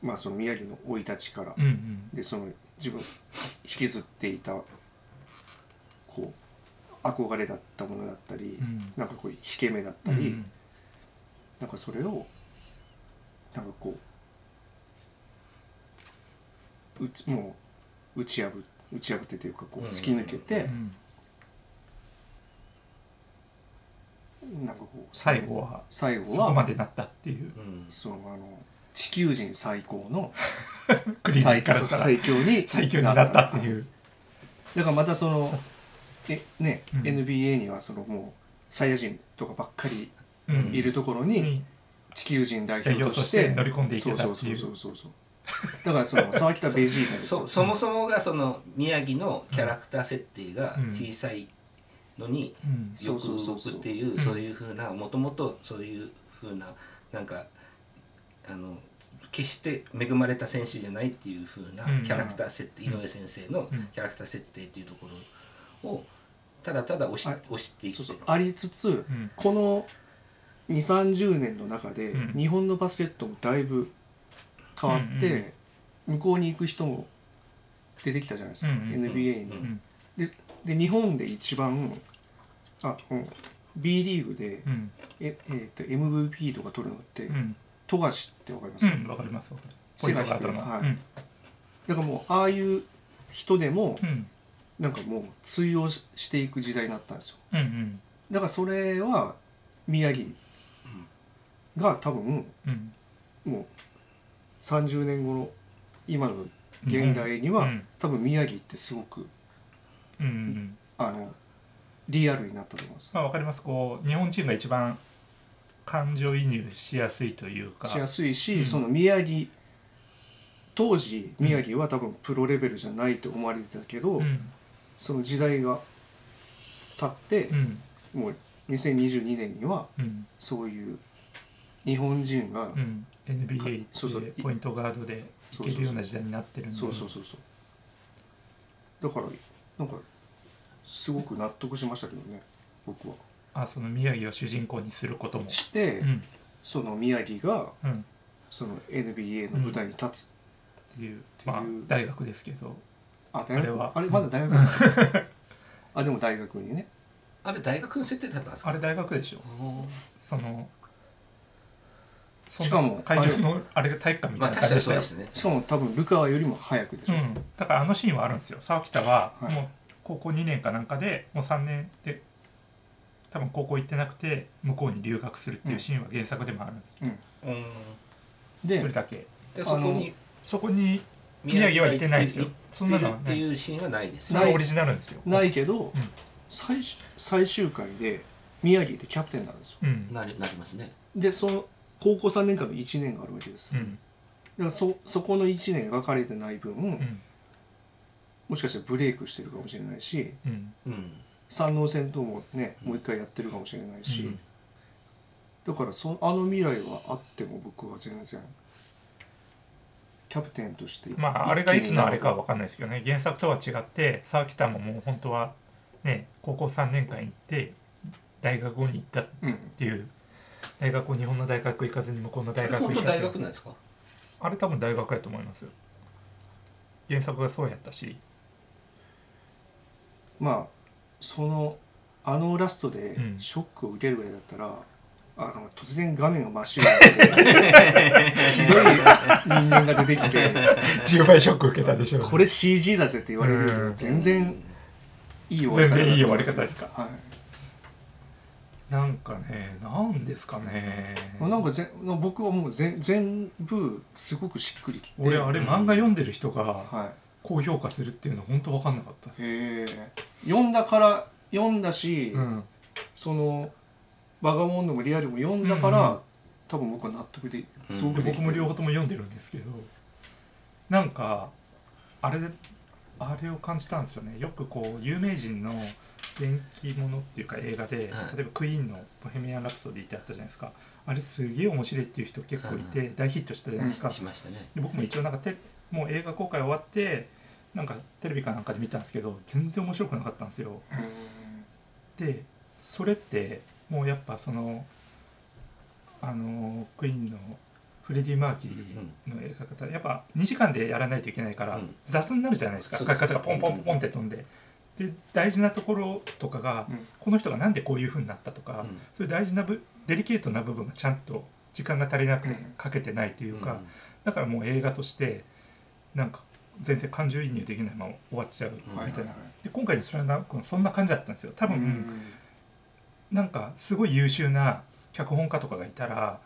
Speaker 3: まあその宮城の生い立ちから、
Speaker 5: うんうん
Speaker 3: でその自分を引きずっていたこう憧れだったものだったり、
Speaker 5: うん
Speaker 3: なんかこう引け目だった
Speaker 5: う
Speaker 3: り、
Speaker 5: ん
Speaker 3: なんかそれをなんかこううちもう打ち破打ち破ってというかこう
Speaker 4: うん
Speaker 3: 突き抜け
Speaker 5: う
Speaker 3: て、
Speaker 5: ん
Speaker 3: なんかこう
Speaker 5: 最後は
Speaker 3: 最
Speaker 5: そ
Speaker 3: 後
Speaker 5: こま
Speaker 3: は
Speaker 5: でなったっていう
Speaker 4: うん
Speaker 3: そのあの地球人最高の
Speaker 5: クリーン
Speaker 3: 最
Speaker 5: からしたら
Speaker 3: 最強に
Speaker 5: 最強になったっていう
Speaker 3: だからまたその
Speaker 5: そう
Speaker 3: えね、
Speaker 5: うん
Speaker 3: NBA にはそのもうサイヤ人とかばっかり
Speaker 5: うん
Speaker 3: いるところに、
Speaker 5: に
Speaker 3: 地球人代表として
Speaker 5: 代表として乗り込んでいけたっていう
Speaker 3: そうそうそうそうそうだからその沢北ベジータですよ
Speaker 4: そそもそもがその宮城のキャラクター設定が
Speaker 5: うん
Speaker 4: 小さいのに
Speaker 5: うん
Speaker 4: よく
Speaker 3: そうそ
Speaker 4: 動
Speaker 3: うそ
Speaker 4: く
Speaker 3: うそう
Speaker 4: っていううんそういうふうなもともとそういうふうななんかあの決して恵まれた選手じゃないっていうふうな
Speaker 5: うん
Speaker 4: キャラクター設定、井上先生の
Speaker 5: うん
Speaker 4: キャラクター設定っていうところをただただ押し
Speaker 3: あ
Speaker 4: 押していく
Speaker 3: そうそう
Speaker 4: う
Speaker 3: ありつつ、
Speaker 5: うん
Speaker 3: この2 3 0年の中で、
Speaker 5: うん
Speaker 3: 日本のバスケットもだいぶ変わって、
Speaker 5: うんうん
Speaker 3: 向こうに行く人も出てきたじゃないですか、
Speaker 5: うんうん
Speaker 3: NBA に、
Speaker 4: うん
Speaker 3: で日本で一番あ、うん、B リーグで、
Speaker 5: うん
Speaker 3: ええーと MVP とか取るのって
Speaker 5: うん
Speaker 3: 富樫ってわかります、
Speaker 5: うんわかりますわかりますポイントガードの
Speaker 3: はい
Speaker 5: うん
Speaker 3: だからもうああいう人でも
Speaker 5: うん
Speaker 3: なんかもう通用ししていく時代になったんですよ
Speaker 5: うんうん
Speaker 3: だからそれは宮城が多分
Speaker 5: うん
Speaker 3: もう30年後の今の現代には、
Speaker 5: うん
Speaker 3: 多分宮城ってすごく
Speaker 5: うんうん
Speaker 3: あのリアルになったと思います
Speaker 5: まあ、わかりますこう日本人が一番感情移入しやすいというか
Speaker 3: しやすいし、
Speaker 5: うん
Speaker 3: その宮城当時宮城は多分プロレベルじゃないと思われてたけど、
Speaker 5: うん
Speaker 3: その時代が経って
Speaker 5: う、ん
Speaker 3: もう2022年には
Speaker 5: うん
Speaker 3: そういう日本人が、
Speaker 5: うん、NBA
Speaker 3: そうそう
Speaker 5: でポイントガードでいけるような時代になってるんで
Speaker 3: そうそうそうそうだからなんかすごく納得しましたけどね僕は。
Speaker 5: あその宮城を主人公にすることも、
Speaker 3: して、
Speaker 5: うん
Speaker 3: その宮城が
Speaker 5: うん、
Speaker 3: その NBA の舞台に立つ、
Speaker 5: っていうまあ
Speaker 3: っていう
Speaker 5: 大学ですけど
Speaker 3: あ大学
Speaker 5: あれは
Speaker 3: あれまだ大学ですかあでも大学にね
Speaker 4: あれ大学の設定だったんですか
Speaker 5: あれ大学でしょ
Speaker 4: おー
Speaker 5: そのそ
Speaker 3: しかも
Speaker 5: 会場のあれが体育館み
Speaker 4: ま
Speaker 5: た
Speaker 4: あ
Speaker 5: いな
Speaker 4: 確
Speaker 5: 感
Speaker 4: か
Speaker 5: じ
Speaker 4: に
Speaker 5: でしたよ
Speaker 4: そうで、すね
Speaker 3: しかも多分ルカワよりも早くでしょ、
Speaker 5: うん、だからあのシーンはあるんですよ沢北は
Speaker 3: はい
Speaker 5: もう高校2年かなんかでもう3年で多分高校行ってなくて向こうに留学するっていうシーンは原作でもあるんですよ
Speaker 4: うん
Speaker 5: 一、
Speaker 3: で
Speaker 5: 人だけ
Speaker 4: でそこに
Speaker 5: そこに宮城は行ってないですよそんなのは
Speaker 4: 行ってる
Speaker 5: な
Speaker 4: って
Speaker 5: い
Speaker 4: いうシーンはないです
Speaker 5: それはオリジナルですよ
Speaker 3: ないけど、
Speaker 5: ん
Speaker 3: 最終最終回で宮城ってキャプテンなんですよ
Speaker 5: うん
Speaker 4: なりなりますね
Speaker 3: でその高校3年間の1年があるわけです、
Speaker 5: う
Speaker 3: だ
Speaker 5: ん
Speaker 3: からそそこの1年描かれてない分、
Speaker 5: うん
Speaker 3: もしかしたらブレイクしてるかもしれないし
Speaker 5: うん
Speaker 4: うん
Speaker 3: 山王戦ともねもう一回やってるかもしれないし、
Speaker 5: うん
Speaker 3: だからそのあの未来はあっても僕は全然キャプテンとして
Speaker 5: まああれがいつのあれかは分かんないですけどね原作とは違って沢北ももう本当はね高校3年間行って大学に行ったっ
Speaker 3: うん
Speaker 5: ていう大学を日本の大学行かずに向こうの大学行
Speaker 4: 本
Speaker 5: った
Speaker 4: 当
Speaker 5: ってい
Speaker 4: 大
Speaker 5: う
Speaker 4: 学なんですか
Speaker 5: あれ多分大学やと思いますよ原作がそうやったし、
Speaker 3: まあそのあのラストで
Speaker 5: うん
Speaker 3: ショックを受けるぐらいだったら、あの突然画面が真っ白にな って白い人間が出てきて
Speaker 5: 10倍ショック受けたでしょうね
Speaker 3: これ CG だぜって言われるより
Speaker 5: う
Speaker 3: は
Speaker 5: ん
Speaker 3: 全然いい終
Speaker 5: 全然いい終わり方ですか
Speaker 3: はい
Speaker 5: なんかねなんですかね
Speaker 3: なんかぜ僕はもう全全部すごくしっくりきて
Speaker 5: 俺あれ漫画読んでる人が
Speaker 3: は
Speaker 5: 高評価するっていうの本当分かんなかったです
Speaker 3: い、へえ読んだから読んだし、
Speaker 5: うん
Speaker 3: その「バガモンド」も「リアル」も読んだか
Speaker 5: うん
Speaker 3: ら、多分僕は納得で
Speaker 4: うん
Speaker 3: すごくでき
Speaker 5: 僕
Speaker 3: て
Speaker 5: も
Speaker 3: る
Speaker 5: 両方とも読んでるんですけどなんかあれあれを感じたんですよねよくこう有名人の電気ものっていうか映画で、
Speaker 4: はい
Speaker 5: 例えばクイーンの「ボヘミアン・ラプソディ」ってあったじゃないですかあれすげえ面白いっていう人結構いて、大ヒットしたじゃないですか、
Speaker 4: しましたね
Speaker 5: で僕も一応なんかてもう映画公開終わってなんかテレビかなんかで見たんですけど全然面白くなかったんですよ
Speaker 3: うん
Speaker 5: でそれってもうやっぱそのあのクイーンのフレディ・マーキーの映画方、やっぱ2時間でやらないといけないから、
Speaker 4: うん
Speaker 5: 雑になるじゃないですか
Speaker 4: そ
Speaker 5: 書
Speaker 4: う
Speaker 5: き
Speaker 4: で
Speaker 5: 方
Speaker 4: す
Speaker 5: がポンポンポンって飛んで。で大事なところとかが、
Speaker 3: うん
Speaker 5: この人がなんでこういう風になったとか、
Speaker 4: うん
Speaker 5: そういう大事な部デリケートな部分がちゃんと時間が足りなくて
Speaker 3: うん
Speaker 5: 書けてないというか、だからもう映画としてなんか全然感情移入できないまま終わっちゃうみたいな、
Speaker 3: はいはいはい
Speaker 5: で今回の「スラダンクそんな感じだったんですよ多分、
Speaker 3: うん
Speaker 5: なんかすごい優秀な脚本家とかがいたら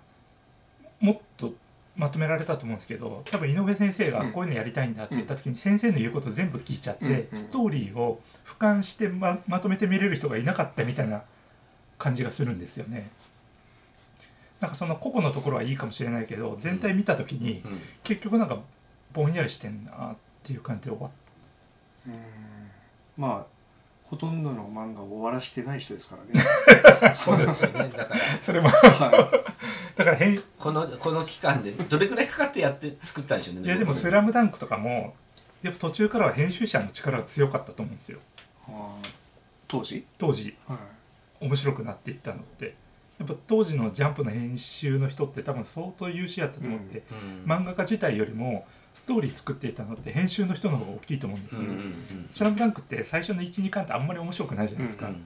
Speaker 5: もっとまとめられたと思うんですけど多分井上先生が
Speaker 3: うん
Speaker 5: こういうのやりたいんだって言った時に先生の言うこと全部聞いちゃって、
Speaker 3: うんうん
Speaker 5: ストーリーを俯瞰してままとめて見れる人がいなかったみたいな感じがするんですよね。なんかその個々のところはいいかもしれないけど全体見た時に
Speaker 4: うん
Speaker 5: 結局なんかぼんやりしてんなっていう感じで終わっ
Speaker 3: うんまあほとんどの漫画を終わらしてない人ですか らね
Speaker 4: そうなんですよねだから
Speaker 5: それも
Speaker 3: は
Speaker 5: だから変い
Speaker 4: このこの期間でどれくらいかかってやって作ったんでしょうね
Speaker 5: やでも「スラムダンクとかもやっぱ途中からは編集者の力が強かったと思うんですよ
Speaker 3: いあー当時
Speaker 5: 当時
Speaker 3: はい
Speaker 5: 面白くなっていったのってやっぱ当時の「ジャンプ」の編集の人って多分相当優秀やったと思って、
Speaker 4: うん
Speaker 5: 漫画家自体よりもストーリー作っていたのって編集の人の方が大きいと思うんです
Speaker 4: う
Speaker 5: よ、
Speaker 4: んうんうん
Speaker 5: スラムダンクって最初の12巻ってあんまり面白くないじゃないです
Speaker 4: う
Speaker 5: か、
Speaker 4: ん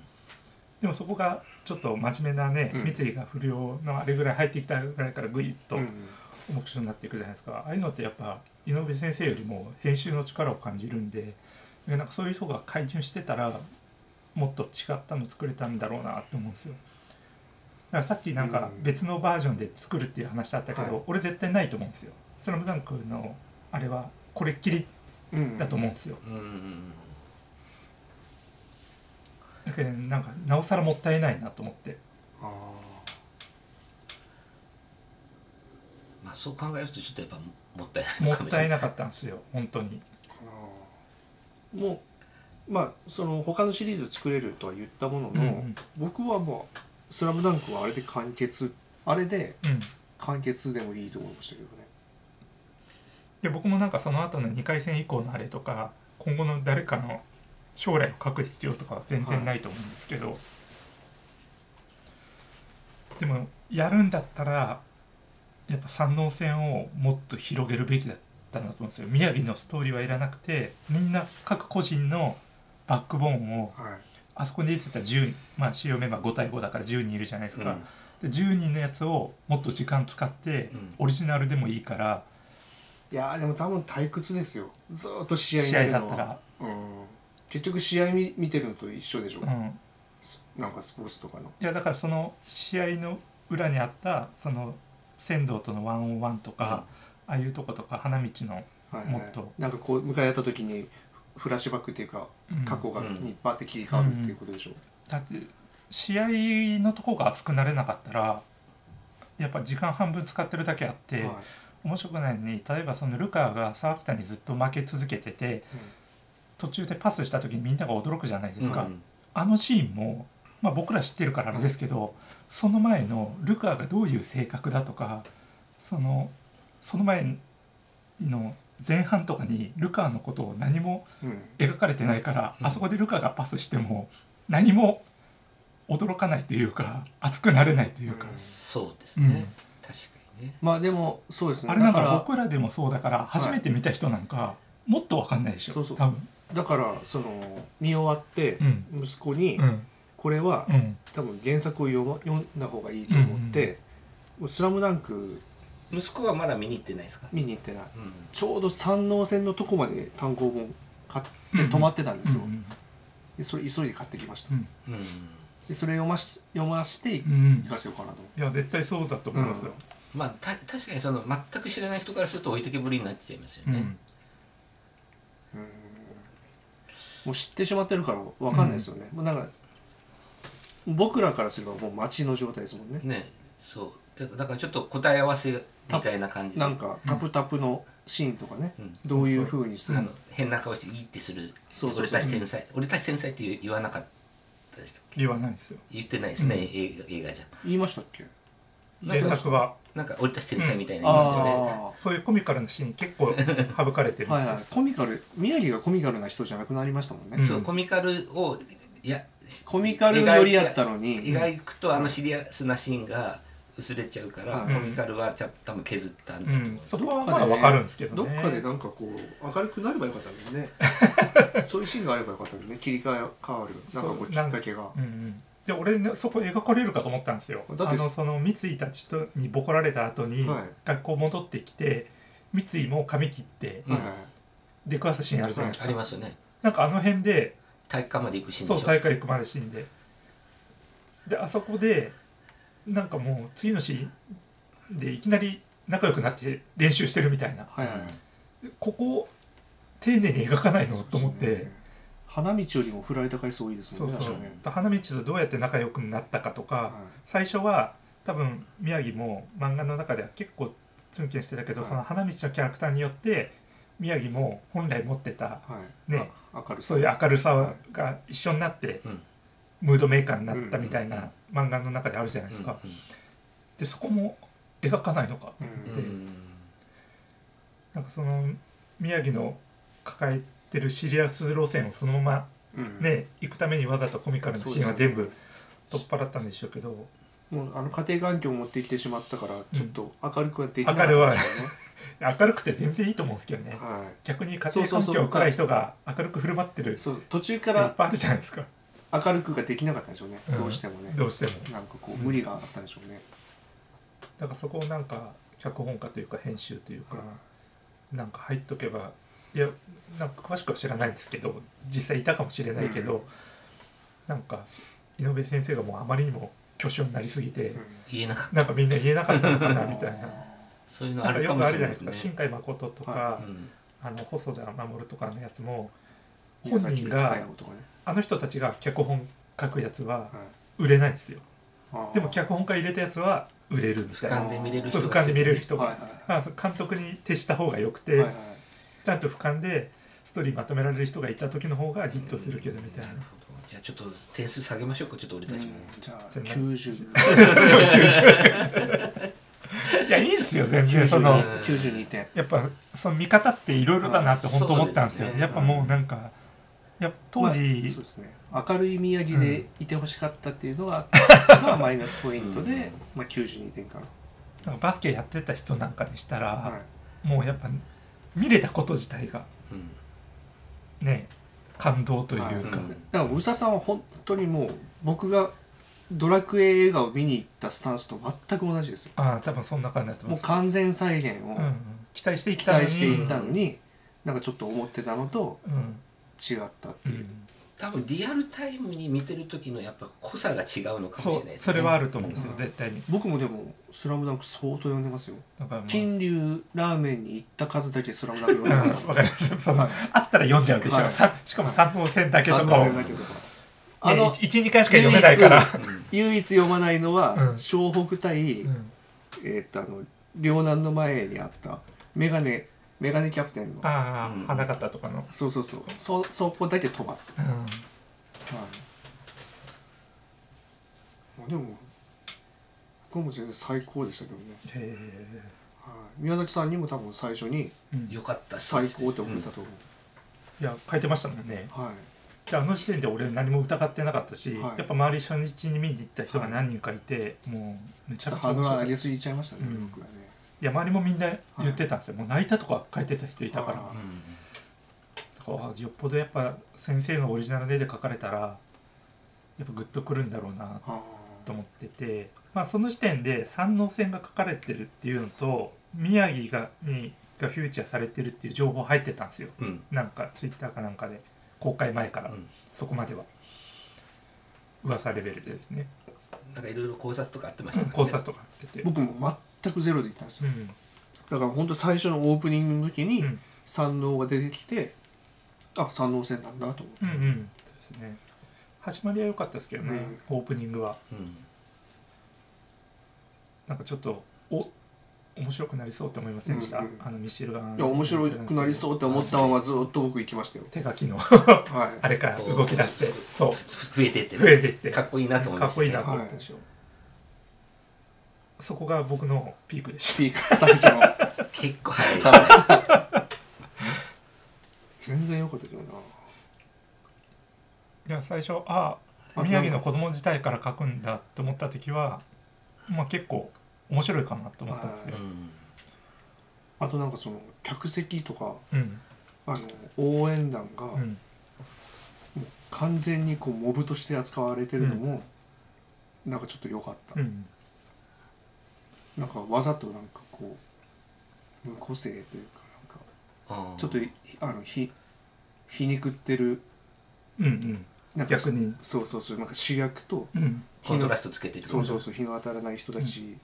Speaker 5: でもそこがちょっと真面目なね、
Speaker 3: うん
Speaker 5: 三井が不良のあれぐらい入ってきたぐらいからグイッと
Speaker 3: うん
Speaker 5: 面白になっていくじゃないですか、ああいうのってやっぱ井上先生よりも編集の力を感じるんでなんかそういう人が介入してたらもっと違ったの作れたんだろうなって思うんですよだからさっきなんか
Speaker 3: うん
Speaker 5: 別のバージョンで作るっていう話だったけど、
Speaker 3: はい
Speaker 5: 俺絶対ないと思うんですよ「スラムダンクのあれはこれっきり
Speaker 3: うん
Speaker 5: だと思うんですよ、
Speaker 4: うんうん
Speaker 5: だけどなんかなおさらもったいないなと思って
Speaker 3: あ
Speaker 4: まあそう考えるとちょっとやっぱもったいない
Speaker 5: も
Speaker 4: の
Speaker 5: っ
Speaker 4: かもしたれ
Speaker 5: い
Speaker 4: ない
Speaker 5: なかったんですよ本当に
Speaker 3: ーかなもうまあその他のシリーズ作れるとは言ったもの
Speaker 5: うん
Speaker 3: の、
Speaker 5: うんうん
Speaker 3: 僕はもう「スラムダンクはあれで完結あれで完結でもいいと思いましたけどね
Speaker 5: で僕もなんかその後の2回戦以降のあれとか今後の誰かの将来を書く必要とかは全然ないと思うんですけど、でもやるんだったらやっぱ三能線をもっと広げるべきだったなと思うんですよ宮城のストーリーはいらなくてみんな各個人のバックボーンを
Speaker 3: はい
Speaker 5: あそこに出てた10まあ主要メンバー5対5だから10人いるじゃないですか、
Speaker 4: うん
Speaker 5: で10人のやつをもっと時間使って
Speaker 4: うん
Speaker 5: オリジナルでもいいから
Speaker 3: いやーでも多分退屈ですよずーっと試合に
Speaker 5: 試
Speaker 3: 出
Speaker 5: 合
Speaker 3: る
Speaker 5: だ
Speaker 3: の
Speaker 5: った
Speaker 3: は
Speaker 5: ら、
Speaker 3: うん、結局試合見見てるのと一緒でしょ、
Speaker 5: うん、
Speaker 3: すなんかスポーツとかの
Speaker 5: いやだからその試合の裏にあったその仙道とのワンオンワンとか、ああいうとことか花道の、
Speaker 3: はいはい
Speaker 5: もっと
Speaker 3: なんかこう向かい合った時にフフラッシュバックっていうか
Speaker 5: うん
Speaker 3: 過去が
Speaker 4: うん
Speaker 3: にバーって切り替わるっていうことでしょ、
Speaker 5: だって試合のとこが熱くなれなかったらやっぱ時間半分使ってるだけあって、
Speaker 3: はい
Speaker 5: 面白くないのに例えばそのルカが沢北にずっと負け続けてて途中でパスした時にみんなが驚くじゃないですか、
Speaker 4: うん
Speaker 5: あのシーンも、まあ、僕ら知ってるからあれですけど、その前のルカがどういう性格だとかそのその前の前半とかにルカのことを何も
Speaker 3: うんうん
Speaker 5: 描かれてないから、
Speaker 4: うん
Speaker 5: あそこでルカがパスしても何も驚かないというか熱くなれないというか、
Speaker 4: そうです
Speaker 5: うん
Speaker 4: ね確かにね
Speaker 3: まあでもそうですね
Speaker 5: あれだ
Speaker 3: だ
Speaker 5: か
Speaker 3: からら
Speaker 5: 僕らでもそうだから初めて見た人なんか、もっと分かんないでしょ
Speaker 3: そうそう
Speaker 5: 多分。
Speaker 3: だからその見終わって
Speaker 5: うん
Speaker 3: 息子に
Speaker 5: うん
Speaker 3: これは
Speaker 5: うん
Speaker 3: 多分原作を読ま読んだ方がいいと思って「もうスラムダンク
Speaker 4: 息子はまだ見に行ってないですか
Speaker 3: 見に行ってない
Speaker 4: うん
Speaker 3: ちょうど山王線のとこまで単行本買って
Speaker 5: うん
Speaker 3: 止まってたんですよ、
Speaker 5: うん
Speaker 3: でそれ急いで買ってきました、
Speaker 5: うん
Speaker 4: うん
Speaker 3: でそれ読まし読まして
Speaker 5: うんう
Speaker 3: 行
Speaker 5: ん
Speaker 3: かせようかなと思って
Speaker 5: いや絶対そうだと思いますよ。
Speaker 4: まあた確かにその全く知らない人からすると置いてけぼりになっちゃいますよ
Speaker 5: う
Speaker 4: ね
Speaker 5: ん
Speaker 3: うんもう知ってしまってるから分かんないですよね、もうなんか僕らからすればもう街の状態ですもんね
Speaker 4: ねそうだからだからちょっと答え合わせみたいな感じで
Speaker 3: なんかタプタプのシーンとかね、
Speaker 4: うん
Speaker 3: どういうふうにす
Speaker 4: あ
Speaker 3: る
Speaker 4: の変な顔して「いい」ってする
Speaker 3: そうそうそう
Speaker 4: 俺たち天才俺たち天才」って言う言わなかったでしたっけ
Speaker 5: 言わないですよ。
Speaker 4: 言ってないですね、
Speaker 5: うん
Speaker 4: 映画映画じゃ
Speaker 3: 言いましたっけ
Speaker 4: なん
Speaker 5: 原
Speaker 4: か
Speaker 5: 作は
Speaker 4: なんか俺たち天才みたいなの言いますよ
Speaker 3: あ
Speaker 4: ね、
Speaker 5: そういうコミカルなシーン結構省かれてる
Speaker 3: あはいはいコミカル宮城がコミカルな人じゃなくなりましたもんね、
Speaker 5: うん
Speaker 4: そうコミカルをいや
Speaker 3: コミカルよりやったのに
Speaker 4: 意外とあのシリアスなシーンが薄れちゃうから、
Speaker 3: うん
Speaker 4: コミカルはちゃ多分削ったんだ
Speaker 5: う
Speaker 4: と思うんん、です
Speaker 5: そ
Speaker 4: よ、
Speaker 5: こはまあわかるんですけど
Speaker 3: どっ
Speaker 5: ね
Speaker 3: かでなんかこう明るくなればよかったの にねそういうシーンがあればよかったのにね切り替え変わるなんかこ
Speaker 5: そう
Speaker 3: うきっかけが
Speaker 5: うんうんで俺ねそこ描かれるかと思ったんですよ
Speaker 3: だって
Speaker 5: あのその三井たちとにボコられた後に
Speaker 3: はい
Speaker 5: 学校戻ってきて三井も髪切って
Speaker 4: うん
Speaker 3: はいはい
Speaker 5: 出くわすシーンあるじゃないです
Speaker 4: ありま
Speaker 5: か
Speaker 4: すよね
Speaker 5: なんかあの辺で
Speaker 4: 体育館まで行くシーン
Speaker 5: そ
Speaker 4: で
Speaker 5: う
Speaker 4: しょ
Speaker 5: 大会行くまで死んでであそこでなんかもう次のシーンでいきなり仲良くなって練習してるみたいな
Speaker 3: はいはいはい
Speaker 5: ここを丁寧に描かないのと思っ
Speaker 3: そうで
Speaker 5: て
Speaker 3: すね花道よりも振られた回数多いです
Speaker 5: そ
Speaker 3: もん
Speaker 5: う
Speaker 3: ね
Speaker 5: そう
Speaker 3: 確かね
Speaker 5: 花道とどうやって仲良くなったかとか、
Speaker 3: は
Speaker 5: 最初は多分宮城も漫画の中では結構ツンケンしてたけど、
Speaker 3: はい
Speaker 5: その花道のキャラクターによって宮城も本来持ってた
Speaker 3: いはい
Speaker 5: ね
Speaker 3: あ明るさ
Speaker 5: そういう明るさが一緒になって、
Speaker 4: うん
Speaker 5: ムードメーカーになったみたいな漫画の中であるじゃないですか、でそこも描かないのか
Speaker 3: うん
Speaker 4: うん
Speaker 5: でなんかその宮城の抱えてるシリアス路線をそのま
Speaker 3: うん
Speaker 5: まね、行くためにわざとコミカルなシーンは全部取っ払ったんでしょうけど
Speaker 3: もうあの家庭環境を持ってきてしまったからちょっと明るくはでき
Speaker 5: 明るい
Speaker 3: か
Speaker 5: わ
Speaker 3: ったですよね
Speaker 5: 明るくて全然いいと思うんですけどね
Speaker 3: は
Speaker 5: 逆に家
Speaker 3: そ
Speaker 5: 庭
Speaker 3: うそ
Speaker 5: 環
Speaker 3: うそう
Speaker 5: 境暗い人が明るく振る舞ってる
Speaker 3: いそう途中か
Speaker 5: いっ
Speaker 3: ら
Speaker 5: ぱいあるじゃないですか
Speaker 3: 明るくができなかったんでしょうね
Speaker 5: うん
Speaker 3: どうしてもね
Speaker 5: どうしても
Speaker 3: なんかこう無理があったんでしょうね
Speaker 5: だからそこをなんか脚本家というか編集というかなんか入っとけばいやなんか詳しくは知らないんですけど実際いたかもしれないけど、
Speaker 3: うん
Speaker 5: なんか井上先生がもうあまりにも巨匠になりすぎて、
Speaker 4: 言えなかった
Speaker 5: なんかみんな言えなかったのかなみたい な。
Speaker 4: そういうの
Speaker 5: な
Speaker 4: あ
Speaker 5: んか
Speaker 4: る
Speaker 5: よく
Speaker 4: かも
Speaker 5: あ
Speaker 4: し
Speaker 5: るじゃないで
Speaker 4: れないで
Speaker 5: すすか
Speaker 4: ね。
Speaker 5: 新海誠とか、
Speaker 3: は
Speaker 4: うん
Speaker 5: あの細田守とかのやつも
Speaker 3: うん
Speaker 5: 本人が
Speaker 3: 宮崎駿とかね
Speaker 5: あの人たちが脚本書くやつは
Speaker 3: はい
Speaker 5: 売れないんですよ
Speaker 3: あー
Speaker 5: でも脚本家入れたやつは売れるみた
Speaker 4: 俯
Speaker 5: いな
Speaker 4: 瞰で見れる
Speaker 5: そう
Speaker 4: 人
Speaker 5: 俯瞰で見れる人が、
Speaker 3: はいは
Speaker 5: まあ監督に徹した方がよくて、
Speaker 3: いはいはい
Speaker 5: ちゃんと俯瞰でストーリーまとめられる人がいた時の方がヒットするけどみたいな、
Speaker 4: るほどじゃあちょっと点数下げましょうかちょっと俺たちも、
Speaker 3: じゃあ
Speaker 5: 全然
Speaker 3: 90
Speaker 5: いやいいですよ全然 その
Speaker 3: 90 92点
Speaker 5: やっぱその見方っていろいろだなって本当思ったんですよ
Speaker 4: そうですね
Speaker 5: やっぱもうなんかやっぱ当
Speaker 3: まあ
Speaker 5: 時
Speaker 3: そう、ですね、明るい宮城でいてほしかったっていう のが,、がマイナスポイントで、
Speaker 4: うん
Speaker 3: まあ、92点かな、
Speaker 5: なんかバスケやってた人なんかにしたら、
Speaker 3: はい
Speaker 5: もうやっぱ見れたこと自体が
Speaker 4: うん
Speaker 5: ね感動というか、
Speaker 3: はい
Speaker 4: うん
Speaker 3: だから宇佐さんは本当にもう僕がドラクエ映画を見に行ったスタンスと全く同じですよ
Speaker 5: ああ多分そんな感じだと思いま
Speaker 3: もう
Speaker 5: す
Speaker 3: 完全再現
Speaker 5: うんう
Speaker 3: を
Speaker 5: ん、期待していき
Speaker 3: 期
Speaker 5: たのに
Speaker 3: 待していったのに、なんかちょっと思ってたのと
Speaker 5: うん
Speaker 3: 違ったっ
Speaker 5: う
Speaker 3: ていう、
Speaker 5: ん、
Speaker 4: 多分リアルタイムに見てる時のやっぱ濃さが違うのかも
Speaker 5: そ
Speaker 4: しれないうですね
Speaker 5: それはあると思うんですよ
Speaker 3: うん
Speaker 5: 絶対に
Speaker 3: 僕もでも「スラムダンク相当読んでますよ
Speaker 5: だからもう
Speaker 3: 金龍ラーメンに行った数だけ「スラムダンク
Speaker 5: う
Speaker 3: 読
Speaker 5: ん
Speaker 3: んで
Speaker 5: わ
Speaker 3: ますよ
Speaker 5: かりますその、
Speaker 3: はい
Speaker 5: あったら読んじゃうでしょ、
Speaker 3: はい
Speaker 5: さしかも三能線だけとか
Speaker 3: 三
Speaker 5: を、
Speaker 3: 能
Speaker 5: ね
Speaker 3: 線だけとかあの、
Speaker 5: 一12回しか読めないから、
Speaker 3: 唯一読まないのは、
Speaker 5: うん
Speaker 3: 湘北対、
Speaker 5: うん
Speaker 3: えーっとあの両南の前にあったメガネメガネキャプテンの
Speaker 5: ああ、
Speaker 4: うん
Speaker 5: 花形とかの、
Speaker 3: そうそうそうそそこだけ飛ばす、
Speaker 5: うん
Speaker 3: はい、でも僕も全然最高でしたけどね、
Speaker 5: へ
Speaker 3: はい、宮崎さんにも多分最初に
Speaker 5: えうんい
Speaker 4: よかったっす
Speaker 3: 最高って送ったと思う、
Speaker 5: や書いてましたもんね
Speaker 3: はい
Speaker 5: であの時点で俺何も疑ってなかったし、
Speaker 3: はい
Speaker 5: やっぱ周り初日に見に行った人が何人かいて、もうめち
Speaker 3: ちょ
Speaker 5: ゃく
Speaker 3: っと
Speaker 5: ちゃ
Speaker 3: ハー
Speaker 5: 面
Speaker 3: ドル
Speaker 5: 白か
Speaker 3: 上
Speaker 5: った
Speaker 3: げ
Speaker 5: い
Speaker 3: すぎちゃいましたね、
Speaker 5: うん
Speaker 3: 僕はね
Speaker 5: や周りもみんな言ってたんですよ、もう泣いたとか書いてた人いたから、
Speaker 3: は
Speaker 4: うん
Speaker 5: だからあよっぽどやっぱ先生のオリジナルでで書かれたらやっぱグッとくるんだろうな
Speaker 3: あ
Speaker 5: と思ってて、まあ、その時点で三能線が書かれてるっていうのと宮城がにがフューチャーされてるっていう情報入ってたんですよ
Speaker 4: うん
Speaker 5: なんかツイッターかなんかで公開前から、
Speaker 4: うん
Speaker 5: そこまでは噂レベルでですね
Speaker 4: なんかいろいろ考察とかあってましたね
Speaker 5: 考察とかやってて、
Speaker 3: 僕も全くゼロで行ったんですよ
Speaker 5: うん
Speaker 3: だから本当最初のオープニングの時に
Speaker 5: うん
Speaker 3: 山王が出てきて、あ山王戦なんだと思って、
Speaker 5: うんうんそうですね始まりは良かったですけどね、オープニングは
Speaker 4: うん
Speaker 5: なんかちょっとお面白くなりそうって思いませんでした、
Speaker 3: うんうん
Speaker 5: あのミシェルガン
Speaker 3: いや面白くなり
Speaker 5: う
Speaker 3: そうって思ったままずっと僕行きましたよ。
Speaker 5: 手書きの
Speaker 3: はい。
Speaker 5: あれから動き出して
Speaker 4: こう
Speaker 5: そう
Speaker 4: ふ増えてって
Speaker 5: 増えてって
Speaker 4: かっこいいなと思い
Speaker 5: か
Speaker 4: ま
Speaker 5: っ
Speaker 4: した
Speaker 5: こいい
Speaker 4: ね
Speaker 5: なと思ったでしょ、そこが僕のピークでし
Speaker 3: スピーカー最初の
Speaker 4: 結構早いですね
Speaker 3: 全然良かったけどな。
Speaker 5: たいや最初あ
Speaker 3: あ
Speaker 5: あ宮城の子供時代から書くんだと思った時はまあ結構面白いかなと思ったんですよ、
Speaker 4: うん
Speaker 3: あとなんかその客席とか
Speaker 5: うん
Speaker 3: あの応援団が
Speaker 5: うん
Speaker 3: 完全にこうモブとして扱われてるのも、なんかちょっと良かった
Speaker 5: う。ん
Speaker 3: なんかわざとなんかこう無個性というかなんか
Speaker 4: あー
Speaker 3: ちょっといあのひ皮肉ってる
Speaker 5: うんうん
Speaker 3: なんか
Speaker 5: 逆に
Speaker 3: そうそうそうなんか主役と
Speaker 5: うん
Speaker 4: コントラストつけてる
Speaker 3: そうそうそう日の当たらない人たち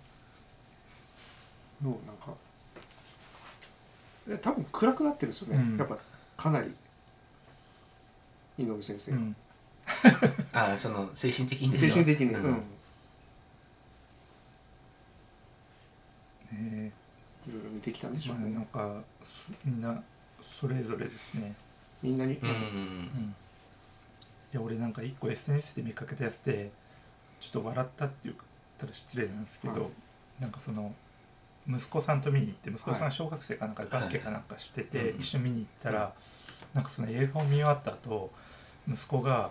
Speaker 3: のなんかえ多分暗くなってるんですよね、
Speaker 5: うん
Speaker 3: やっぱかなり井上先生、
Speaker 5: うん
Speaker 4: ああその精神的に
Speaker 3: 精神的に、
Speaker 4: うん
Speaker 3: うん
Speaker 5: ね
Speaker 3: いろいろ見てきたんでしょ
Speaker 5: ま
Speaker 3: う
Speaker 5: あ
Speaker 3: ね、
Speaker 5: なんかそみんなそれぞれですね、
Speaker 3: みんなに、
Speaker 4: うん
Speaker 5: うん、いや俺なんか一個 SNS で見かけたやつでちょっと笑ったって言ったら失礼なんですけど、
Speaker 3: はい
Speaker 5: なんかその息子さんと見に行って息子さん
Speaker 3: は
Speaker 5: はい小学生かなんかでバスケかなんかしてて、
Speaker 4: はいうん
Speaker 5: 一緒に見に行ったら、なんかその映画を見終わった後息子が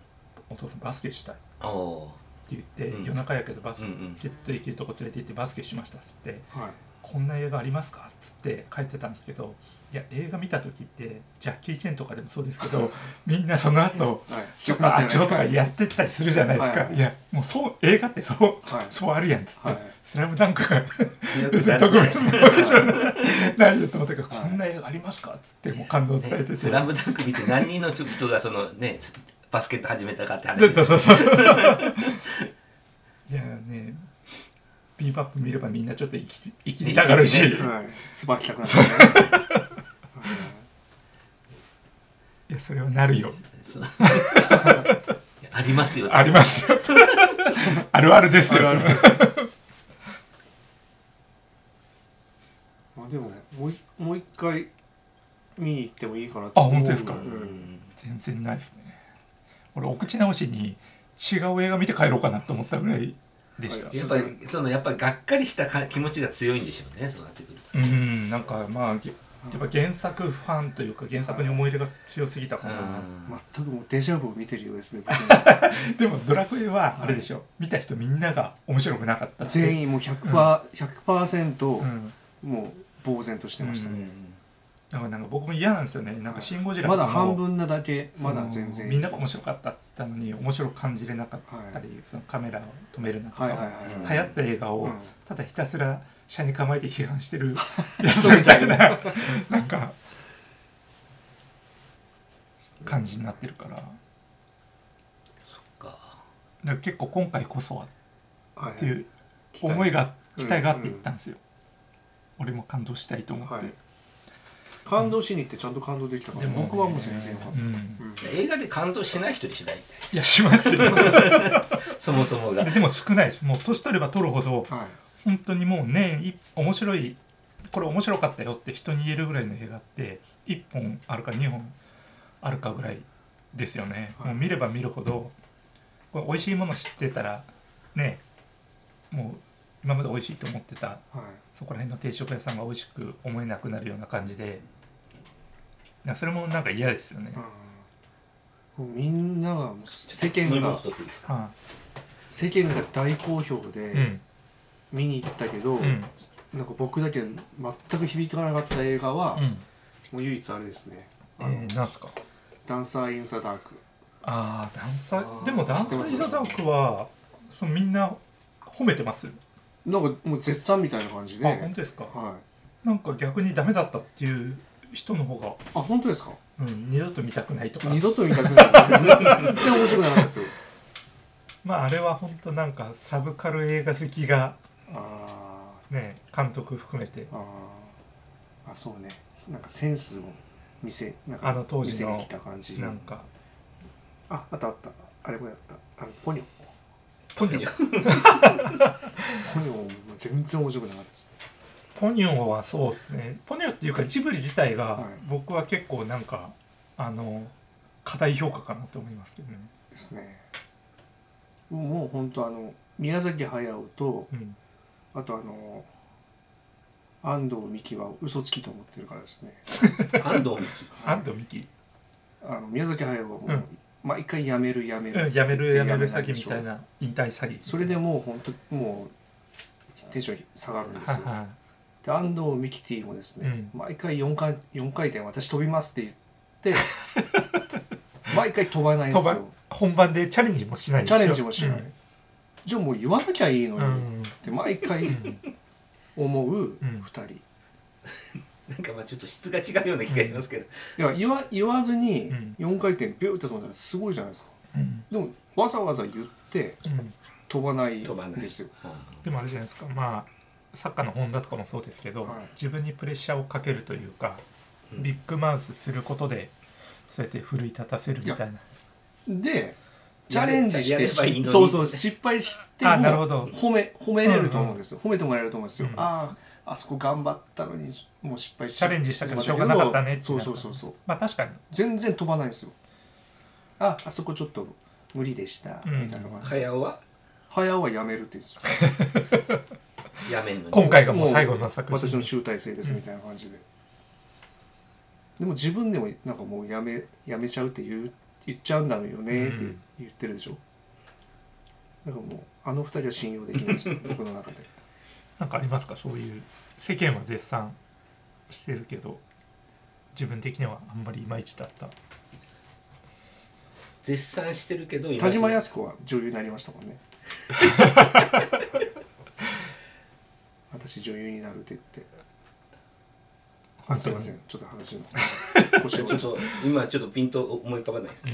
Speaker 5: 「お父さんバスケしたい」って
Speaker 4: ああ
Speaker 5: 言って、
Speaker 4: うん
Speaker 5: 夜中やけどバス
Speaker 4: うんうん
Speaker 5: ケットできるとこ連れて行ってバスケしました」っつって
Speaker 3: はい
Speaker 5: こんな映画ありますか?」っつって帰ってたんですけどいや映画見た時ってジャッキー・チェンとかでもそうですけどみんなその後
Speaker 3: はい
Speaker 5: ちょっとあちょっとかやってったりするじゃないですか、
Speaker 3: はい
Speaker 5: い、やもうそう映画ってそう
Speaker 3: はい
Speaker 5: そうあるやんっつって「
Speaker 3: はい
Speaker 5: スラムダンクが
Speaker 4: 強くな
Speaker 5: 特
Speaker 4: るね
Speaker 5: 別なわけじゃないないよと思ったけど、
Speaker 3: は
Speaker 5: こ
Speaker 3: い
Speaker 5: んな映画ありますか?」っつってもう感動を伝えてて。
Speaker 4: スラムダンク見て何人の人がそのねバスケット始めたかって話
Speaker 5: そう
Speaker 4: ですよ
Speaker 5: そうそう そういやねビーバップ見ればみんなちょっと生き生きりたがるし、
Speaker 4: ね
Speaker 3: はい椿たくなっちゃうね
Speaker 5: いやそれはなるよ
Speaker 4: そう ありますよ
Speaker 5: ありますよ。 あるあるです
Speaker 3: ある
Speaker 5: よ。
Speaker 3: あるまあでもねもういもう一回見に行ってもいいかなと
Speaker 5: あ本当ですか
Speaker 3: う
Speaker 4: うんん
Speaker 5: 全然ないですね。俺お口直しに違う映画見て帰ろうかなと思ったぐらいでした。
Speaker 3: はい
Speaker 4: やっぱりそのやっぱりがっかりしたか気持ちが強いんでしょうねそうなってくると、
Speaker 5: うんなんかまあげやっぱ原作ファンというか原作に思い入れが強すぎたか
Speaker 4: う
Speaker 5: な。
Speaker 4: ん
Speaker 3: 全くもうデジャブを見てるようですね 僕は
Speaker 5: でもドラクエはあれでしょ。見た人みんなが面白くなかったって。
Speaker 3: 全員もう 100%,、
Speaker 5: う
Speaker 3: 100%
Speaker 5: ん。
Speaker 3: もう呆然としてましたね、
Speaker 5: だからなんか僕も嫌なんですよね。なんかシンゴジラ
Speaker 3: ま
Speaker 5: と
Speaker 3: だ
Speaker 5: かも
Speaker 3: 半分なだけ
Speaker 5: そ
Speaker 3: ま
Speaker 5: の
Speaker 3: だ全然
Speaker 5: みんなが面白かったって言ったのに面白く感じれなかったり、そのカメラを止めるなとか、
Speaker 3: はいはいはいはい
Speaker 5: 流行った映画を、
Speaker 3: うん
Speaker 5: ただひたすら車に構えて批判して るやつみたいななんか感じになってるからだか
Speaker 4: か、
Speaker 5: ら結構今回こそは
Speaker 3: はい
Speaker 5: っていう
Speaker 3: 期待
Speaker 5: 思いが
Speaker 3: う
Speaker 5: 期
Speaker 3: ん
Speaker 5: 待があって行ったんですよ、俺も感動したいと思って、
Speaker 3: はい感動しに行ってちゃんと感動できたから、僕はもう全然よかっ
Speaker 5: う
Speaker 3: た、
Speaker 5: ん、
Speaker 3: うん
Speaker 4: 映画で感動しない人でしょ大体
Speaker 5: いやしますよ
Speaker 4: そもそもが
Speaker 5: でも少ないですもう年取れば取るほど
Speaker 3: はい
Speaker 5: 本当にもう年一面白いこれ面白かったよって人に言えるぐらいの映画って1本あるか2本あるかぐらいですよね、
Speaker 3: はい
Speaker 5: もう見れば見るほどこれ美味しいもの知ってたらねもう今まで美味しいと思ってた
Speaker 3: はい
Speaker 5: そこら辺の定食屋さんが美味しく思えなくなるような感じでなそれもなんか嫌ですよね、
Speaker 3: うんもうみんながもう世
Speaker 4: 飲
Speaker 3: 間
Speaker 4: み物
Speaker 3: が
Speaker 4: 取っていい ですか
Speaker 5: は
Speaker 3: 世間が大好評
Speaker 5: い
Speaker 3: で、
Speaker 5: うん
Speaker 3: 見に行ったけど、
Speaker 5: うん
Speaker 3: なんか僕だけ全く響かなかった映画は、
Speaker 5: うん
Speaker 3: もう唯一あれですね
Speaker 5: え
Speaker 3: あの
Speaker 5: ー、なんすか
Speaker 3: ダンサー・イン・ザ・ダーク
Speaker 5: ああダンサー
Speaker 4: あー
Speaker 5: でもダン
Speaker 3: 知っ
Speaker 5: サ
Speaker 3: てま
Speaker 5: ー
Speaker 3: す
Speaker 5: イザダークはそのみんな褒めてます
Speaker 3: なんかもう絶賛みたいな感じで、
Speaker 5: あ本当ですか
Speaker 3: はい、
Speaker 5: なんか逆にダメだったっていう人の方が、
Speaker 3: あ本当ですか
Speaker 5: うん、二度と見たくないとか
Speaker 3: 二度と見たくない全然面白くなかったですよ
Speaker 5: まああれは本当なんかサブカル映画好きが
Speaker 3: あ
Speaker 5: ね監督含めて
Speaker 3: ーあーあそうねなんかセンスを見せなんか
Speaker 5: あの当時の
Speaker 3: 見せに来た感じ
Speaker 5: なんか
Speaker 3: ああったあったあれもやったあポニョ
Speaker 5: ポニョン
Speaker 3: ポニョも全然面白くなかったです
Speaker 5: ポニョンはそうですねポニョっていうかジブリ自体が
Speaker 3: はい
Speaker 5: 僕は結構なんかあの過大評価かなと思いますけどね、
Speaker 3: ですねもう本当あの宮崎駿と
Speaker 5: うん、
Speaker 3: あとあの安藤美希は嘘つきと思ってるからですね
Speaker 4: 安藤美
Speaker 5: 安藤美希、
Speaker 3: あの宮崎駿はもう、
Speaker 5: うん
Speaker 3: 毎回やめるやめる、
Speaker 5: うん、やめるやめる詐
Speaker 3: やめない
Speaker 5: 欺
Speaker 3: で
Speaker 5: み
Speaker 3: しょ
Speaker 5: たいな引退詐欺
Speaker 3: それでもう本当もうテンション下がるんです
Speaker 5: はい
Speaker 3: よ
Speaker 5: は
Speaker 3: で安藤ミキティもですね、毎回4回四回転私飛びますって言って 毎回飛ばないん
Speaker 5: い
Speaker 3: で
Speaker 5: 飛
Speaker 3: す
Speaker 5: ば
Speaker 3: よ
Speaker 5: 本番でチャレンジもしないでし
Speaker 3: チ
Speaker 5: ょ
Speaker 3: ャレンジもしない、
Speaker 5: うん
Speaker 3: じゃあもう言わなきゃいいの
Speaker 5: う
Speaker 3: にっ
Speaker 5: ん
Speaker 3: て毎
Speaker 5: う
Speaker 3: 回
Speaker 5: ん
Speaker 3: 思う
Speaker 5: う
Speaker 3: 2
Speaker 5: ん
Speaker 3: 人、い
Speaker 4: なんかまあちょっと質が違うような気がしますけど、
Speaker 3: や言わ言わずに
Speaker 5: うん
Speaker 3: 4回転ビューって飛んだらすごいじゃないですか
Speaker 5: うん
Speaker 3: でもわざわざ言って
Speaker 5: うん
Speaker 3: 飛ばない
Speaker 4: 飛ば
Speaker 3: ん
Speaker 4: ない
Speaker 3: ですよ
Speaker 4: あ
Speaker 5: でもあれじゃないですかまあサッカーの本田とかもそうですけど、
Speaker 3: はい
Speaker 5: 自分にプレッシャーをかけるというか、
Speaker 4: うん
Speaker 5: ビッグマウスすることでそうやって奮い立たせるみたいな
Speaker 3: でチャレンジし
Speaker 4: や
Speaker 3: て
Speaker 4: ればいいのに
Speaker 3: そうそう失敗しても
Speaker 5: あなるほど
Speaker 3: 褒め褒めれると思うんですよ、褒めてもらえると思うんですよ、
Speaker 5: うん
Speaker 3: あああそこ頑張ったのにもう失敗し
Speaker 5: チャレンジしたけどしょうがなかったねって
Speaker 3: そうそうそうそう
Speaker 5: まあ確かに
Speaker 3: 全然飛ばないんですよああそこちょっと無理でした、
Speaker 5: うん
Speaker 3: みたいな感じ
Speaker 4: 早尾は
Speaker 3: 早尾はやめるって言うんですよ
Speaker 4: やめんのに
Speaker 5: 今回がもう最後の作
Speaker 3: 私
Speaker 5: 品
Speaker 3: の集大成ですみたいな感じで、でも自分でもなんかもうやめやめちゃうって言う言っちゃうんだよねって
Speaker 5: うん
Speaker 3: 言ってるでしょ、なんかもうあの二人は信用できないです 僕の中で
Speaker 5: なんかありますかそういう世間は絶賛してるけど自分的にはあんまりいまいちだった
Speaker 4: 絶賛してるけど今
Speaker 3: 田島靖子は女優になりましたも んね私女優になるって言ってあすいませんちょっと話の腰
Speaker 4: ち
Speaker 3: を
Speaker 4: ょっと今ちょっとピンと思い浮かばないですね、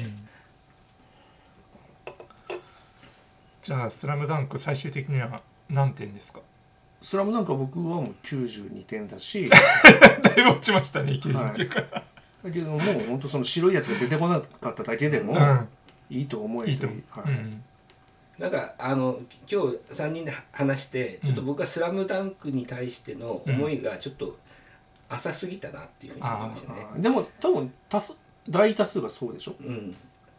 Speaker 5: じゃあ「スラムダンク最終的には何点ですか
Speaker 3: スラムなんか僕はもう92点だし
Speaker 5: だいぶ落ちましたねいきなり
Speaker 3: だけどもう本当その白いやつが出てこなかっただけで もいいと思
Speaker 5: うん
Speaker 3: えて
Speaker 5: いいと思う、
Speaker 3: はい
Speaker 5: うん
Speaker 4: なんかあの今日3人で話してちょっと僕は「スラムダンクに対しての思いがちょっと浅すぎたなっていうふうに思いましたね。
Speaker 3: あーでも多分多数大多数がそうでしょ
Speaker 4: うん、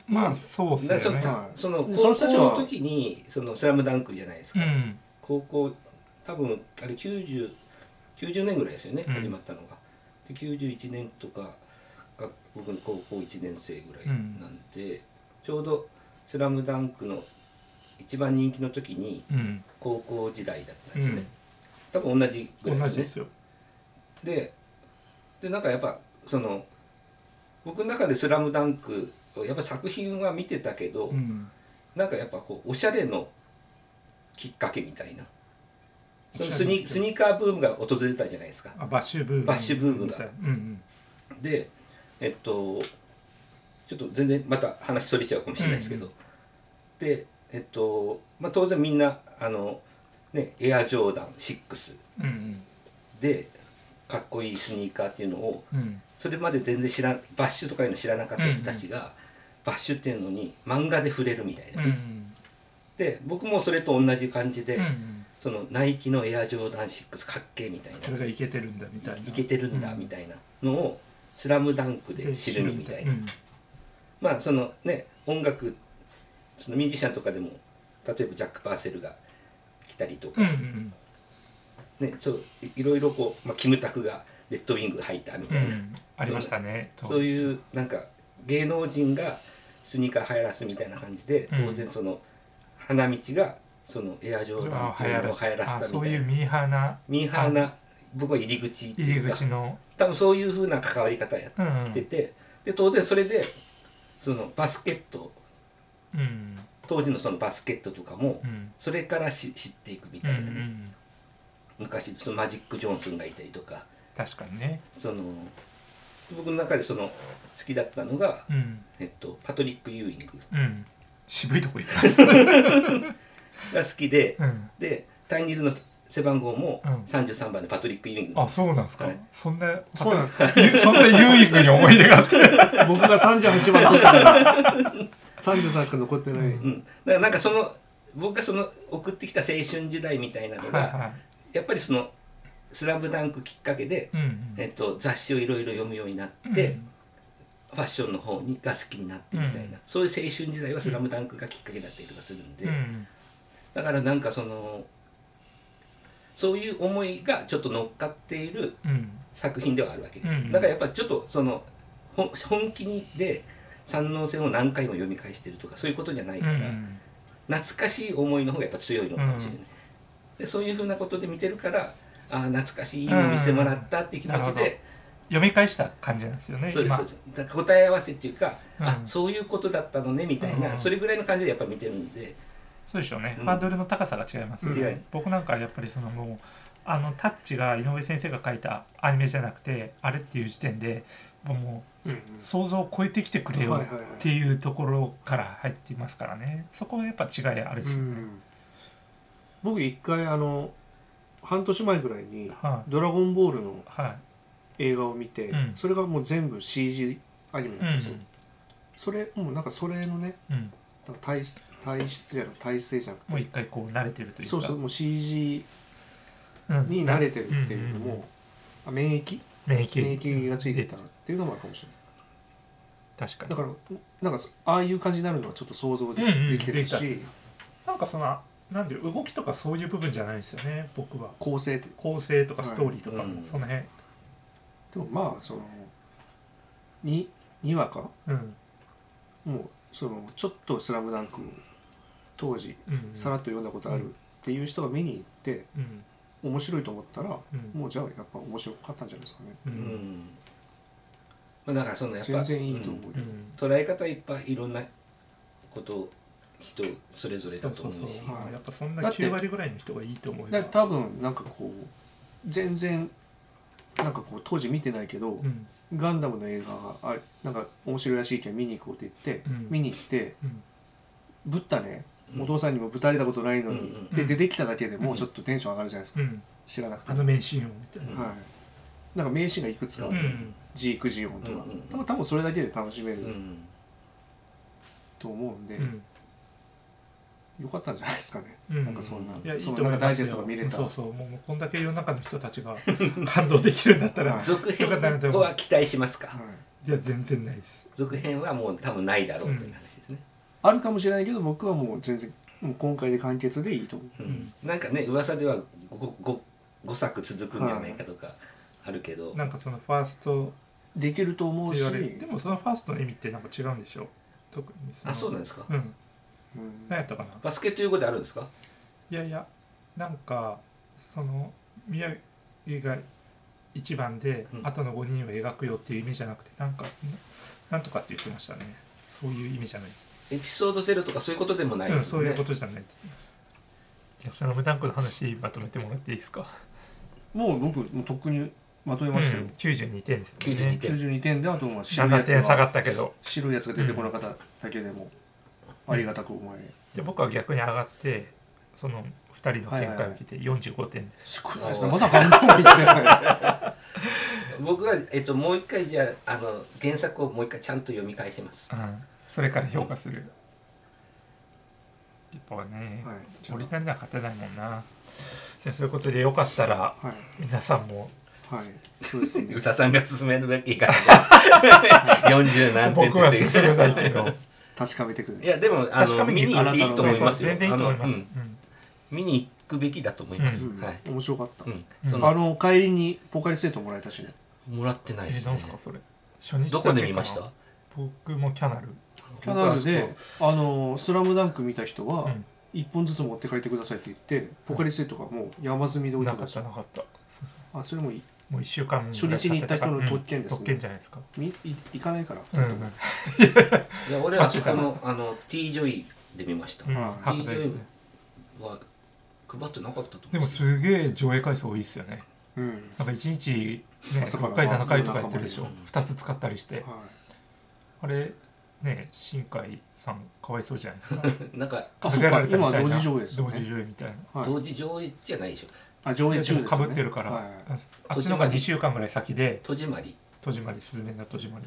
Speaker 5: まあそうっ
Speaker 4: だから
Speaker 5: す
Speaker 4: ちょ
Speaker 5: よ
Speaker 4: っと
Speaker 5: ね
Speaker 3: はい
Speaker 4: その
Speaker 3: で
Speaker 4: 高
Speaker 3: そ
Speaker 4: 校
Speaker 3: の人たち
Speaker 4: の
Speaker 3: は
Speaker 4: 時に「そのスラムダンクじゃないです
Speaker 5: う
Speaker 4: か、
Speaker 5: ん
Speaker 4: 高校多分あれ9090年ぐらいですよね、
Speaker 5: うん
Speaker 4: 始まったのが。で91年とかが僕の高校1年生ぐらいなんで、ちょうど「スラムダンクの一番人気の時に
Speaker 5: うん
Speaker 4: 高校時代だっ
Speaker 5: う
Speaker 4: たんですよね、
Speaker 5: ん
Speaker 4: 多分同じぐらい
Speaker 5: 同
Speaker 4: です
Speaker 5: じ
Speaker 4: ね
Speaker 5: で。すよ、
Speaker 4: ででなんかやっぱその僕の中で「スラムダンクをやっぱ作品は見てたけど、
Speaker 5: うん、
Speaker 4: なんかやっぱこうおしゃれのきっかけみたいなそのスニ
Speaker 5: おしゃれのきっかけ
Speaker 4: スニーカーブームが訪れたじゃないですか。
Speaker 5: あバッシュブーム
Speaker 4: バッシュブームが
Speaker 5: みたいなうん
Speaker 4: でえっとちょっと全然また話それちゃうかもしれないですけど、
Speaker 5: うん
Speaker 4: でえっと、まあ、当然みんなあの、ね、エアジョーダン6
Speaker 5: うんうん
Speaker 4: でかっこいいスニーカーっていうのを
Speaker 5: うん
Speaker 4: それまで全然知らんバッシュとかいうの知らなかった人たちが、バッシュっていうのに漫画で触れるみたいです
Speaker 5: う
Speaker 4: ね、
Speaker 5: ん
Speaker 4: で僕もそれと同じ感じで、
Speaker 5: うんうん
Speaker 4: そのナイキのエアジョーダン6かっけえみたい
Speaker 5: これがイケてるんだみたい
Speaker 4: な
Speaker 5: ない
Speaker 4: けてるんだ
Speaker 5: うん
Speaker 4: みたいなのを「スラムダンクで知るみたいな、
Speaker 5: うん
Speaker 4: まあそのね音楽そのミュージシャンとかでも例えばジャック・パーセルが来たりとか、
Speaker 5: うんうん
Speaker 4: ね、そういいろいろこう、まあ、キムタクがレッドウィング履いたみ
Speaker 5: う
Speaker 4: たいな、
Speaker 5: んありましたね
Speaker 4: そう
Speaker 5: う
Speaker 4: いうなんか芸能人がスニーカー流行らすみたいな感じで、
Speaker 5: うん
Speaker 4: 当然その花道がそのエアジョーダンっていうのを流行らせたみ
Speaker 5: あ
Speaker 4: たい
Speaker 5: そうい
Speaker 4: な
Speaker 5: うミーハーな
Speaker 4: ミーハーな僕は入り口って
Speaker 5: 入
Speaker 4: い
Speaker 5: り
Speaker 4: うか
Speaker 5: 口の
Speaker 4: 多分そういうふうな関わり方や
Speaker 5: うんう
Speaker 4: って
Speaker 5: ん
Speaker 4: て、で当然それでそのバスケット
Speaker 5: うん
Speaker 4: 当時のそのバスケットとかも
Speaker 5: うん
Speaker 4: それからし知っていくみ
Speaker 5: う
Speaker 4: た
Speaker 5: ん
Speaker 4: いうなね、
Speaker 5: ん
Speaker 4: 昔そのマジック・ジョンソンがいたりとか
Speaker 5: 確かにね
Speaker 4: その僕の中でその好きだったのが、
Speaker 5: うん
Speaker 4: えっと、パトリック・ユーイング
Speaker 5: うん渋いとこ行きました
Speaker 4: が好きで、
Speaker 5: うん
Speaker 4: でタイニーズの背番号も
Speaker 5: うん
Speaker 4: 33番でパトリック・ユーイング、
Speaker 5: あそうなんですか
Speaker 4: はい
Speaker 5: そんな
Speaker 3: そうなんです
Speaker 5: か そんな優くに思い入れがあって
Speaker 3: 僕が38番取ったから33しか残ってない、
Speaker 5: う
Speaker 4: うん、だからなんかその僕がその送ってきた青春時代みたいなのが、
Speaker 5: はいは
Speaker 4: やっぱりその「スラムダンクきっかけで、
Speaker 5: いうん
Speaker 4: えっと、雑誌をいろいろ読むようにな
Speaker 5: う
Speaker 4: っ
Speaker 5: ん
Speaker 4: て、ファッションの方にが好きになってみたいな、
Speaker 5: うん
Speaker 4: そういう青春時代は「スラムダンクがきっかけだったりとかするんで、
Speaker 5: うん
Speaker 4: だからなんかそのそういう思いがちょっと乗っかっている
Speaker 5: うん
Speaker 4: 作品ではあるわけですよ、
Speaker 5: うん
Speaker 4: だからやっぱちょっとそのほん本気にで三能線を何回も読み返してるとかそういうことじゃない
Speaker 5: うんう
Speaker 4: から、
Speaker 5: ん
Speaker 4: 懐かしい思いの方がやっぱ強いのかもしれない、でそういうふうなことで見てるからああ懐かしいいいの見せてもらったっていう気持
Speaker 5: う
Speaker 4: ち
Speaker 5: んなる
Speaker 4: で、
Speaker 5: 読み返した感じなんですよね
Speaker 4: そうです
Speaker 5: 今
Speaker 4: そうですだから答え合わせっていうか、あ
Speaker 5: うん
Speaker 4: そういうことだったのねみたいな、
Speaker 5: うん
Speaker 4: それぐらいの感じでやっぱ見てるんで、
Speaker 5: そうでしょうね、
Speaker 4: うん
Speaker 5: ハードルの高さが違いますよね、
Speaker 4: 違う
Speaker 5: 僕なんかやっぱりそのもうあのタッチが井上先生が書いたアニメじゃなくてあれっていう時点でも
Speaker 3: うんうん
Speaker 5: う想像を超えてきてくれよ
Speaker 3: はいはいはい
Speaker 5: っていうところから入っていますからねそこはやっぱ違いあるし、
Speaker 3: うん僕一回あの半年前ぐらいに
Speaker 5: は
Speaker 3: 「ドラゴンボール」の
Speaker 5: いは
Speaker 3: 映画を見て、
Speaker 5: うん
Speaker 3: それがもう全部 CG アニメだったんですよ、
Speaker 5: い
Speaker 3: それもうなんかそれのね
Speaker 5: うん、うん、
Speaker 3: なんか体質体質やら体制じゃなくて
Speaker 5: もう一回こう慣れてるというか
Speaker 3: そうそうもう CG
Speaker 5: うん
Speaker 3: に慣れてるっていうの
Speaker 5: うんうんうん
Speaker 3: も、あ免疫
Speaker 5: 免疫
Speaker 3: 免疫がついてたっていうのもあるかもしれない
Speaker 5: 確かに
Speaker 3: だからなんかそああいう感じになるのはちょっと想像で
Speaker 5: うんうん
Speaker 3: できてるし、
Speaker 5: でなんかそのなんていう動きとかそういう部分じゃないですよね僕は
Speaker 3: 構成って
Speaker 5: 構成とか
Speaker 3: はい
Speaker 5: ストーリーとか
Speaker 4: う
Speaker 5: も
Speaker 4: ん
Speaker 5: その辺
Speaker 3: でもまあそのににわか
Speaker 5: うん
Speaker 3: もうそのちょっと「スラムダンクを当時
Speaker 5: うん
Speaker 3: さらっと読んだことあるっていう人が見に行って
Speaker 5: うん
Speaker 3: 面白いと思ったら
Speaker 5: うん
Speaker 3: もうじゃあやっぱ面白かったんじゃないですかね
Speaker 5: う
Speaker 4: うんんまあ、だからそのやっぱ
Speaker 3: 全然いいと思うよ、
Speaker 5: うん
Speaker 4: うん捉え方はいっぱいいろんなこと人それぞれだと思うし
Speaker 5: そうそうそう
Speaker 3: はい
Speaker 5: やっぱそんな
Speaker 3: だって
Speaker 5: 9割ぐらいの人がいいと思う
Speaker 3: だ
Speaker 5: よ
Speaker 3: から多分なんかこう全然なんかこう当時見てないけど、
Speaker 5: うん
Speaker 3: ガンダムの映画があなんか面白いらしいけど見に行こうって言って、
Speaker 5: うん
Speaker 3: 見に行って
Speaker 5: うん
Speaker 3: ぶったね
Speaker 4: うん
Speaker 3: お父さんにもぶたれたことないのに、
Speaker 4: うんうん
Speaker 3: で出てきただけでもうちょっとテンション上がるじゃないですか、
Speaker 5: うん
Speaker 3: 知らなくて
Speaker 5: あの名シーンをみたいな
Speaker 4: うん
Speaker 3: はい、なんか名シーンがいくつかあ
Speaker 5: う
Speaker 3: る、
Speaker 5: ん
Speaker 3: G9G 音とか、
Speaker 4: うんうんうん
Speaker 3: でも多分それだけで楽しめ
Speaker 4: う
Speaker 3: る
Speaker 4: ん
Speaker 3: と思うんで、
Speaker 5: うん
Speaker 3: よかったんじゃないですかね、
Speaker 5: うん
Speaker 3: なんかそんない
Speaker 5: やいいと
Speaker 3: そ
Speaker 5: 思いますよ
Speaker 3: のなんかダイジェストが見れた
Speaker 5: そうそうもうもうこんだけ世の中の人たちが感動できるんだったら
Speaker 3: はい
Speaker 4: 続編
Speaker 5: よかったなと思う
Speaker 4: は期待しますか
Speaker 3: はい
Speaker 5: いや全然ないです
Speaker 4: 続編はもう多分ないだろうという話ですね、
Speaker 3: あるかもしれないけど僕はもう全然もう今回で完結でいいと思う
Speaker 4: うん
Speaker 5: ん
Speaker 4: なんかね噂では 5, 5, 作続くんじゃないかとかあるけど、
Speaker 5: なんかそのファースト
Speaker 3: できると思
Speaker 5: っ
Speaker 3: う
Speaker 5: て
Speaker 3: し、
Speaker 5: 言われるでもそのファーストの意味ってなんか違うんでしょ特にその
Speaker 4: あそうなんですか
Speaker 5: うん
Speaker 3: うん
Speaker 5: 何やったかな
Speaker 4: バスケット用語であるんですか
Speaker 5: いやいやなんかその宮城が一番で
Speaker 4: うん
Speaker 5: 後の5人を描くよっていう意味じゃなくてなんかななんとかって言ってましたねそういう意味じゃないです、
Speaker 4: エピソードゼロとかそういうことでもない
Speaker 5: うん
Speaker 4: です
Speaker 5: そ
Speaker 4: よ
Speaker 5: う
Speaker 4: ね、
Speaker 5: いうことじゃないですじゃあスラムダンクの話まとめてもらっていいですか
Speaker 3: もう僕もうとっくにまとめましたよ、
Speaker 5: 92点です
Speaker 4: ね92点
Speaker 3: 92点であとは白いや
Speaker 5: 7
Speaker 3: つ
Speaker 5: 点下が
Speaker 3: が
Speaker 5: ったけど
Speaker 3: 白いやつが出てこなかっただけでもありがたく思え、
Speaker 5: で僕は逆に上がってその2人の見解を聞いて45点です
Speaker 3: すごいですねまだ半分もいってない
Speaker 4: 僕は、えっと、もう一回じゃああの原作をもう一回ちゃんと読み返します
Speaker 5: うんそれから評価するやっぱね、
Speaker 3: はいじゃ
Speaker 5: オリジナルには勝てないもんなじゃあそういうことでよかったら
Speaker 3: あはい
Speaker 5: 皆さんも
Speaker 3: はいそうですね
Speaker 4: 宇佐さんが勧めるべき かな40何点
Speaker 5: 僕は進めないけど
Speaker 3: 確かめてく
Speaker 4: い
Speaker 3: れ
Speaker 4: やでも あ
Speaker 5: 確か
Speaker 4: の
Speaker 5: めに
Speaker 4: 見に行っていいと思いますよ
Speaker 5: 全然いいと思いま
Speaker 4: あ
Speaker 5: す、
Speaker 4: のうん見に行くべきだと思います、
Speaker 3: うん
Speaker 4: はい、
Speaker 3: 面白かった、
Speaker 4: うん
Speaker 5: うん
Speaker 4: そ
Speaker 3: あ
Speaker 4: の
Speaker 3: の帰りにポカリスエットもらえたしね
Speaker 4: もらってない
Speaker 5: え
Speaker 4: です
Speaker 5: なん
Speaker 4: ね
Speaker 5: すかそれ初日
Speaker 4: どこで見ました
Speaker 5: 僕もキャナル
Speaker 3: キャナル
Speaker 4: 僕
Speaker 3: で
Speaker 4: は
Speaker 3: 「あのスラムダンク見た人
Speaker 5: う
Speaker 3: は
Speaker 5: ん
Speaker 3: 1本ずつ持って帰ってくださいって言って、ポカリスエットがもう山積みで置い
Speaker 5: な
Speaker 3: て
Speaker 5: か
Speaker 3: ま
Speaker 5: っ
Speaker 3: した
Speaker 5: たなかった
Speaker 3: あそれもい
Speaker 5: もう1週間ぐらい経て
Speaker 3: 初日に行った人の特権ですね
Speaker 5: うん特権じゃないですか
Speaker 3: みい行かないから、
Speaker 5: うんうん
Speaker 4: そいや俺はあそこのあの T ジョイで見ました、
Speaker 5: うん
Speaker 3: はい
Speaker 5: 博多で
Speaker 4: TJ は配ってなかったと
Speaker 5: で
Speaker 4: 思
Speaker 5: も
Speaker 4: う
Speaker 5: すげえ上映回数多いっすよね
Speaker 3: うん
Speaker 5: なんか1日、ね、
Speaker 3: 朝から
Speaker 5: 6回7回とかやってるでしょ
Speaker 4: 晩まで
Speaker 5: 2つ使ったりして
Speaker 3: はい、
Speaker 5: あれね新海さんかわいそうじゃないですか
Speaker 4: なんか
Speaker 3: あ
Speaker 5: か
Speaker 3: そ
Speaker 5: け
Speaker 3: う
Speaker 5: ら
Speaker 3: か
Speaker 5: れたみ
Speaker 3: 今
Speaker 5: たい
Speaker 3: 同
Speaker 5: な
Speaker 3: 時上映ですよ
Speaker 5: 同時
Speaker 3: ね
Speaker 5: 上映みたいな
Speaker 3: はい
Speaker 4: 同時上映じゃないでしょ
Speaker 3: あ上映中です
Speaker 5: か
Speaker 3: よ
Speaker 5: ぶ
Speaker 3: ね
Speaker 5: ってるから、
Speaker 3: はいはいはい
Speaker 5: あっちの方が2週間ぐらい先で
Speaker 4: 戸締まり
Speaker 5: 戸締まりスズメの戸締まり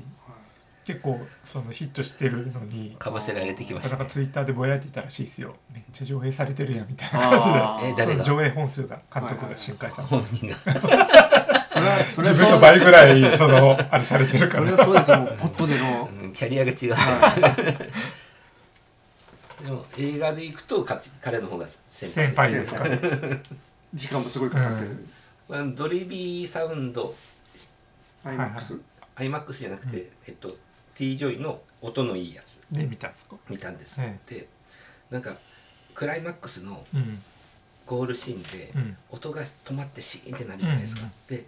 Speaker 5: 結構そのヒットしてるのに
Speaker 4: かぶせられてきま
Speaker 5: な
Speaker 4: し
Speaker 5: かなか
Speaker 4: たね
Speaker 5: ツイッターでぼやいていたらしいですよめっちゃ上映されてるやんみたいな
Speaker 3: あ
Speaker 5: 感
Speaker 4: え
Speaker 3: ー
Speaker 5: じ
Speaker 4: 誰
Speaker 5: で
Speaker 4: が
Speaker 5: その上映本数が監督が新海さん、
Speaker 4: 本人が
Speaker 3: それはそれは
Speaker 5: 自
Speaker 3: そう
Speaker 5: 分の倍ぐらいそのあれされてるか
Speaker 3: それ
Speaker 5: ら
Speaker 3: はそうですよもうポットでの
Speaker 4: うんキャリアが違う、でも映画で行くと勝ち彼の方が先輩
Speaker 5: 先輩ですからね
Speaker 3: 時間もすごいかかってる、
Speaker 5: うん
Speaker 4: あのドリビーサウンド
Speaker 3: アイマックス、
Speaker 4: iMAX じゃなくて、えっと、T ジョイの音のいいやつ
Speaker 5: で見たんですか
Speaker 4: 見たんです、
Speaker 5: え
Speaker 4: でなんかクライマックスの
Speaker 5: うん
Speaker 4: ゴールシーンで
Speaker 5: うん
Speaker 4: 音が止まってシーンってなるじゃないですか、で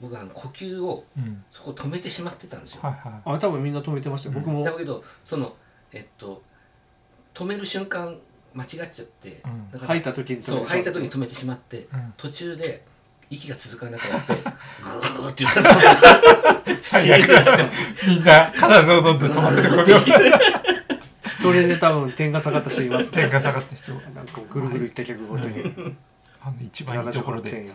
Speaker 4: 僕はあの呼吸を
Speaker 5: うん
Speaker 4: そこ止めてしまってたんですよ、
Speaker 5: はいはい
Speaker 3: あ多分みんな止めてましたよ僕も、
Speaker 4: だけどそのえっと止める瞬間間違っちゃって、
Speaker 5: うん
Speaker 4: だから
Speaker 3: 入った時に止め
Speaker 4: そう
Speaker 3: て
Speaker 4: 入った時に止めてしまって、
Speaker 5: うん
Speaker 4: 途中で息が続かなくなってグーって言ったんです
Speaker 5: 最悪だみんな体を飲んで止まってること
Speaker 3: それで多分点が下がった人いますね
Speaker 5: 点が下がった人
Speaker 3: なんかぐるぐるいった客ごとに、
Speaker 5: う
Speaker 3: はい、
Speaker 5: あの一番いいところ
Speaker 3: 78点
Speaker 5: で
Speaker 3: や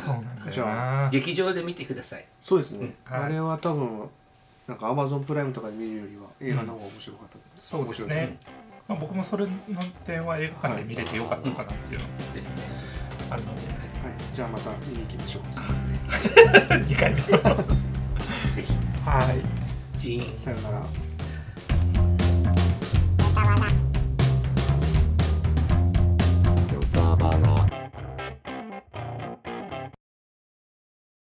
Speaker 5: そうなんだ
Speaker 3: じ
Speaker 5: よ
Speaker 3: ゃ
Speaker 5: な
Speaker 4: 劇場で見てください
Speaker 3: そうですね、
Speaker 5: うんはい
Speaker 3: あれは多分なんかアマゾンプライムとかで見るよりは映画の方が面白かったと思います、
Speaker 5: そうです
Speaker 3: 面白い
Speaker 5: ね、まあ、僕もそれの点は映画館で見れてよかったかなっていうの
Speaker 4: ですね
Speaker 5: があるので、
Speaker 3: はい、じゃあまた見に行きましょう
Speaker 5: 2回目はい
Speaker 4: チーン
Speaker 3: さよなら
Speaker 2: ネタバラ。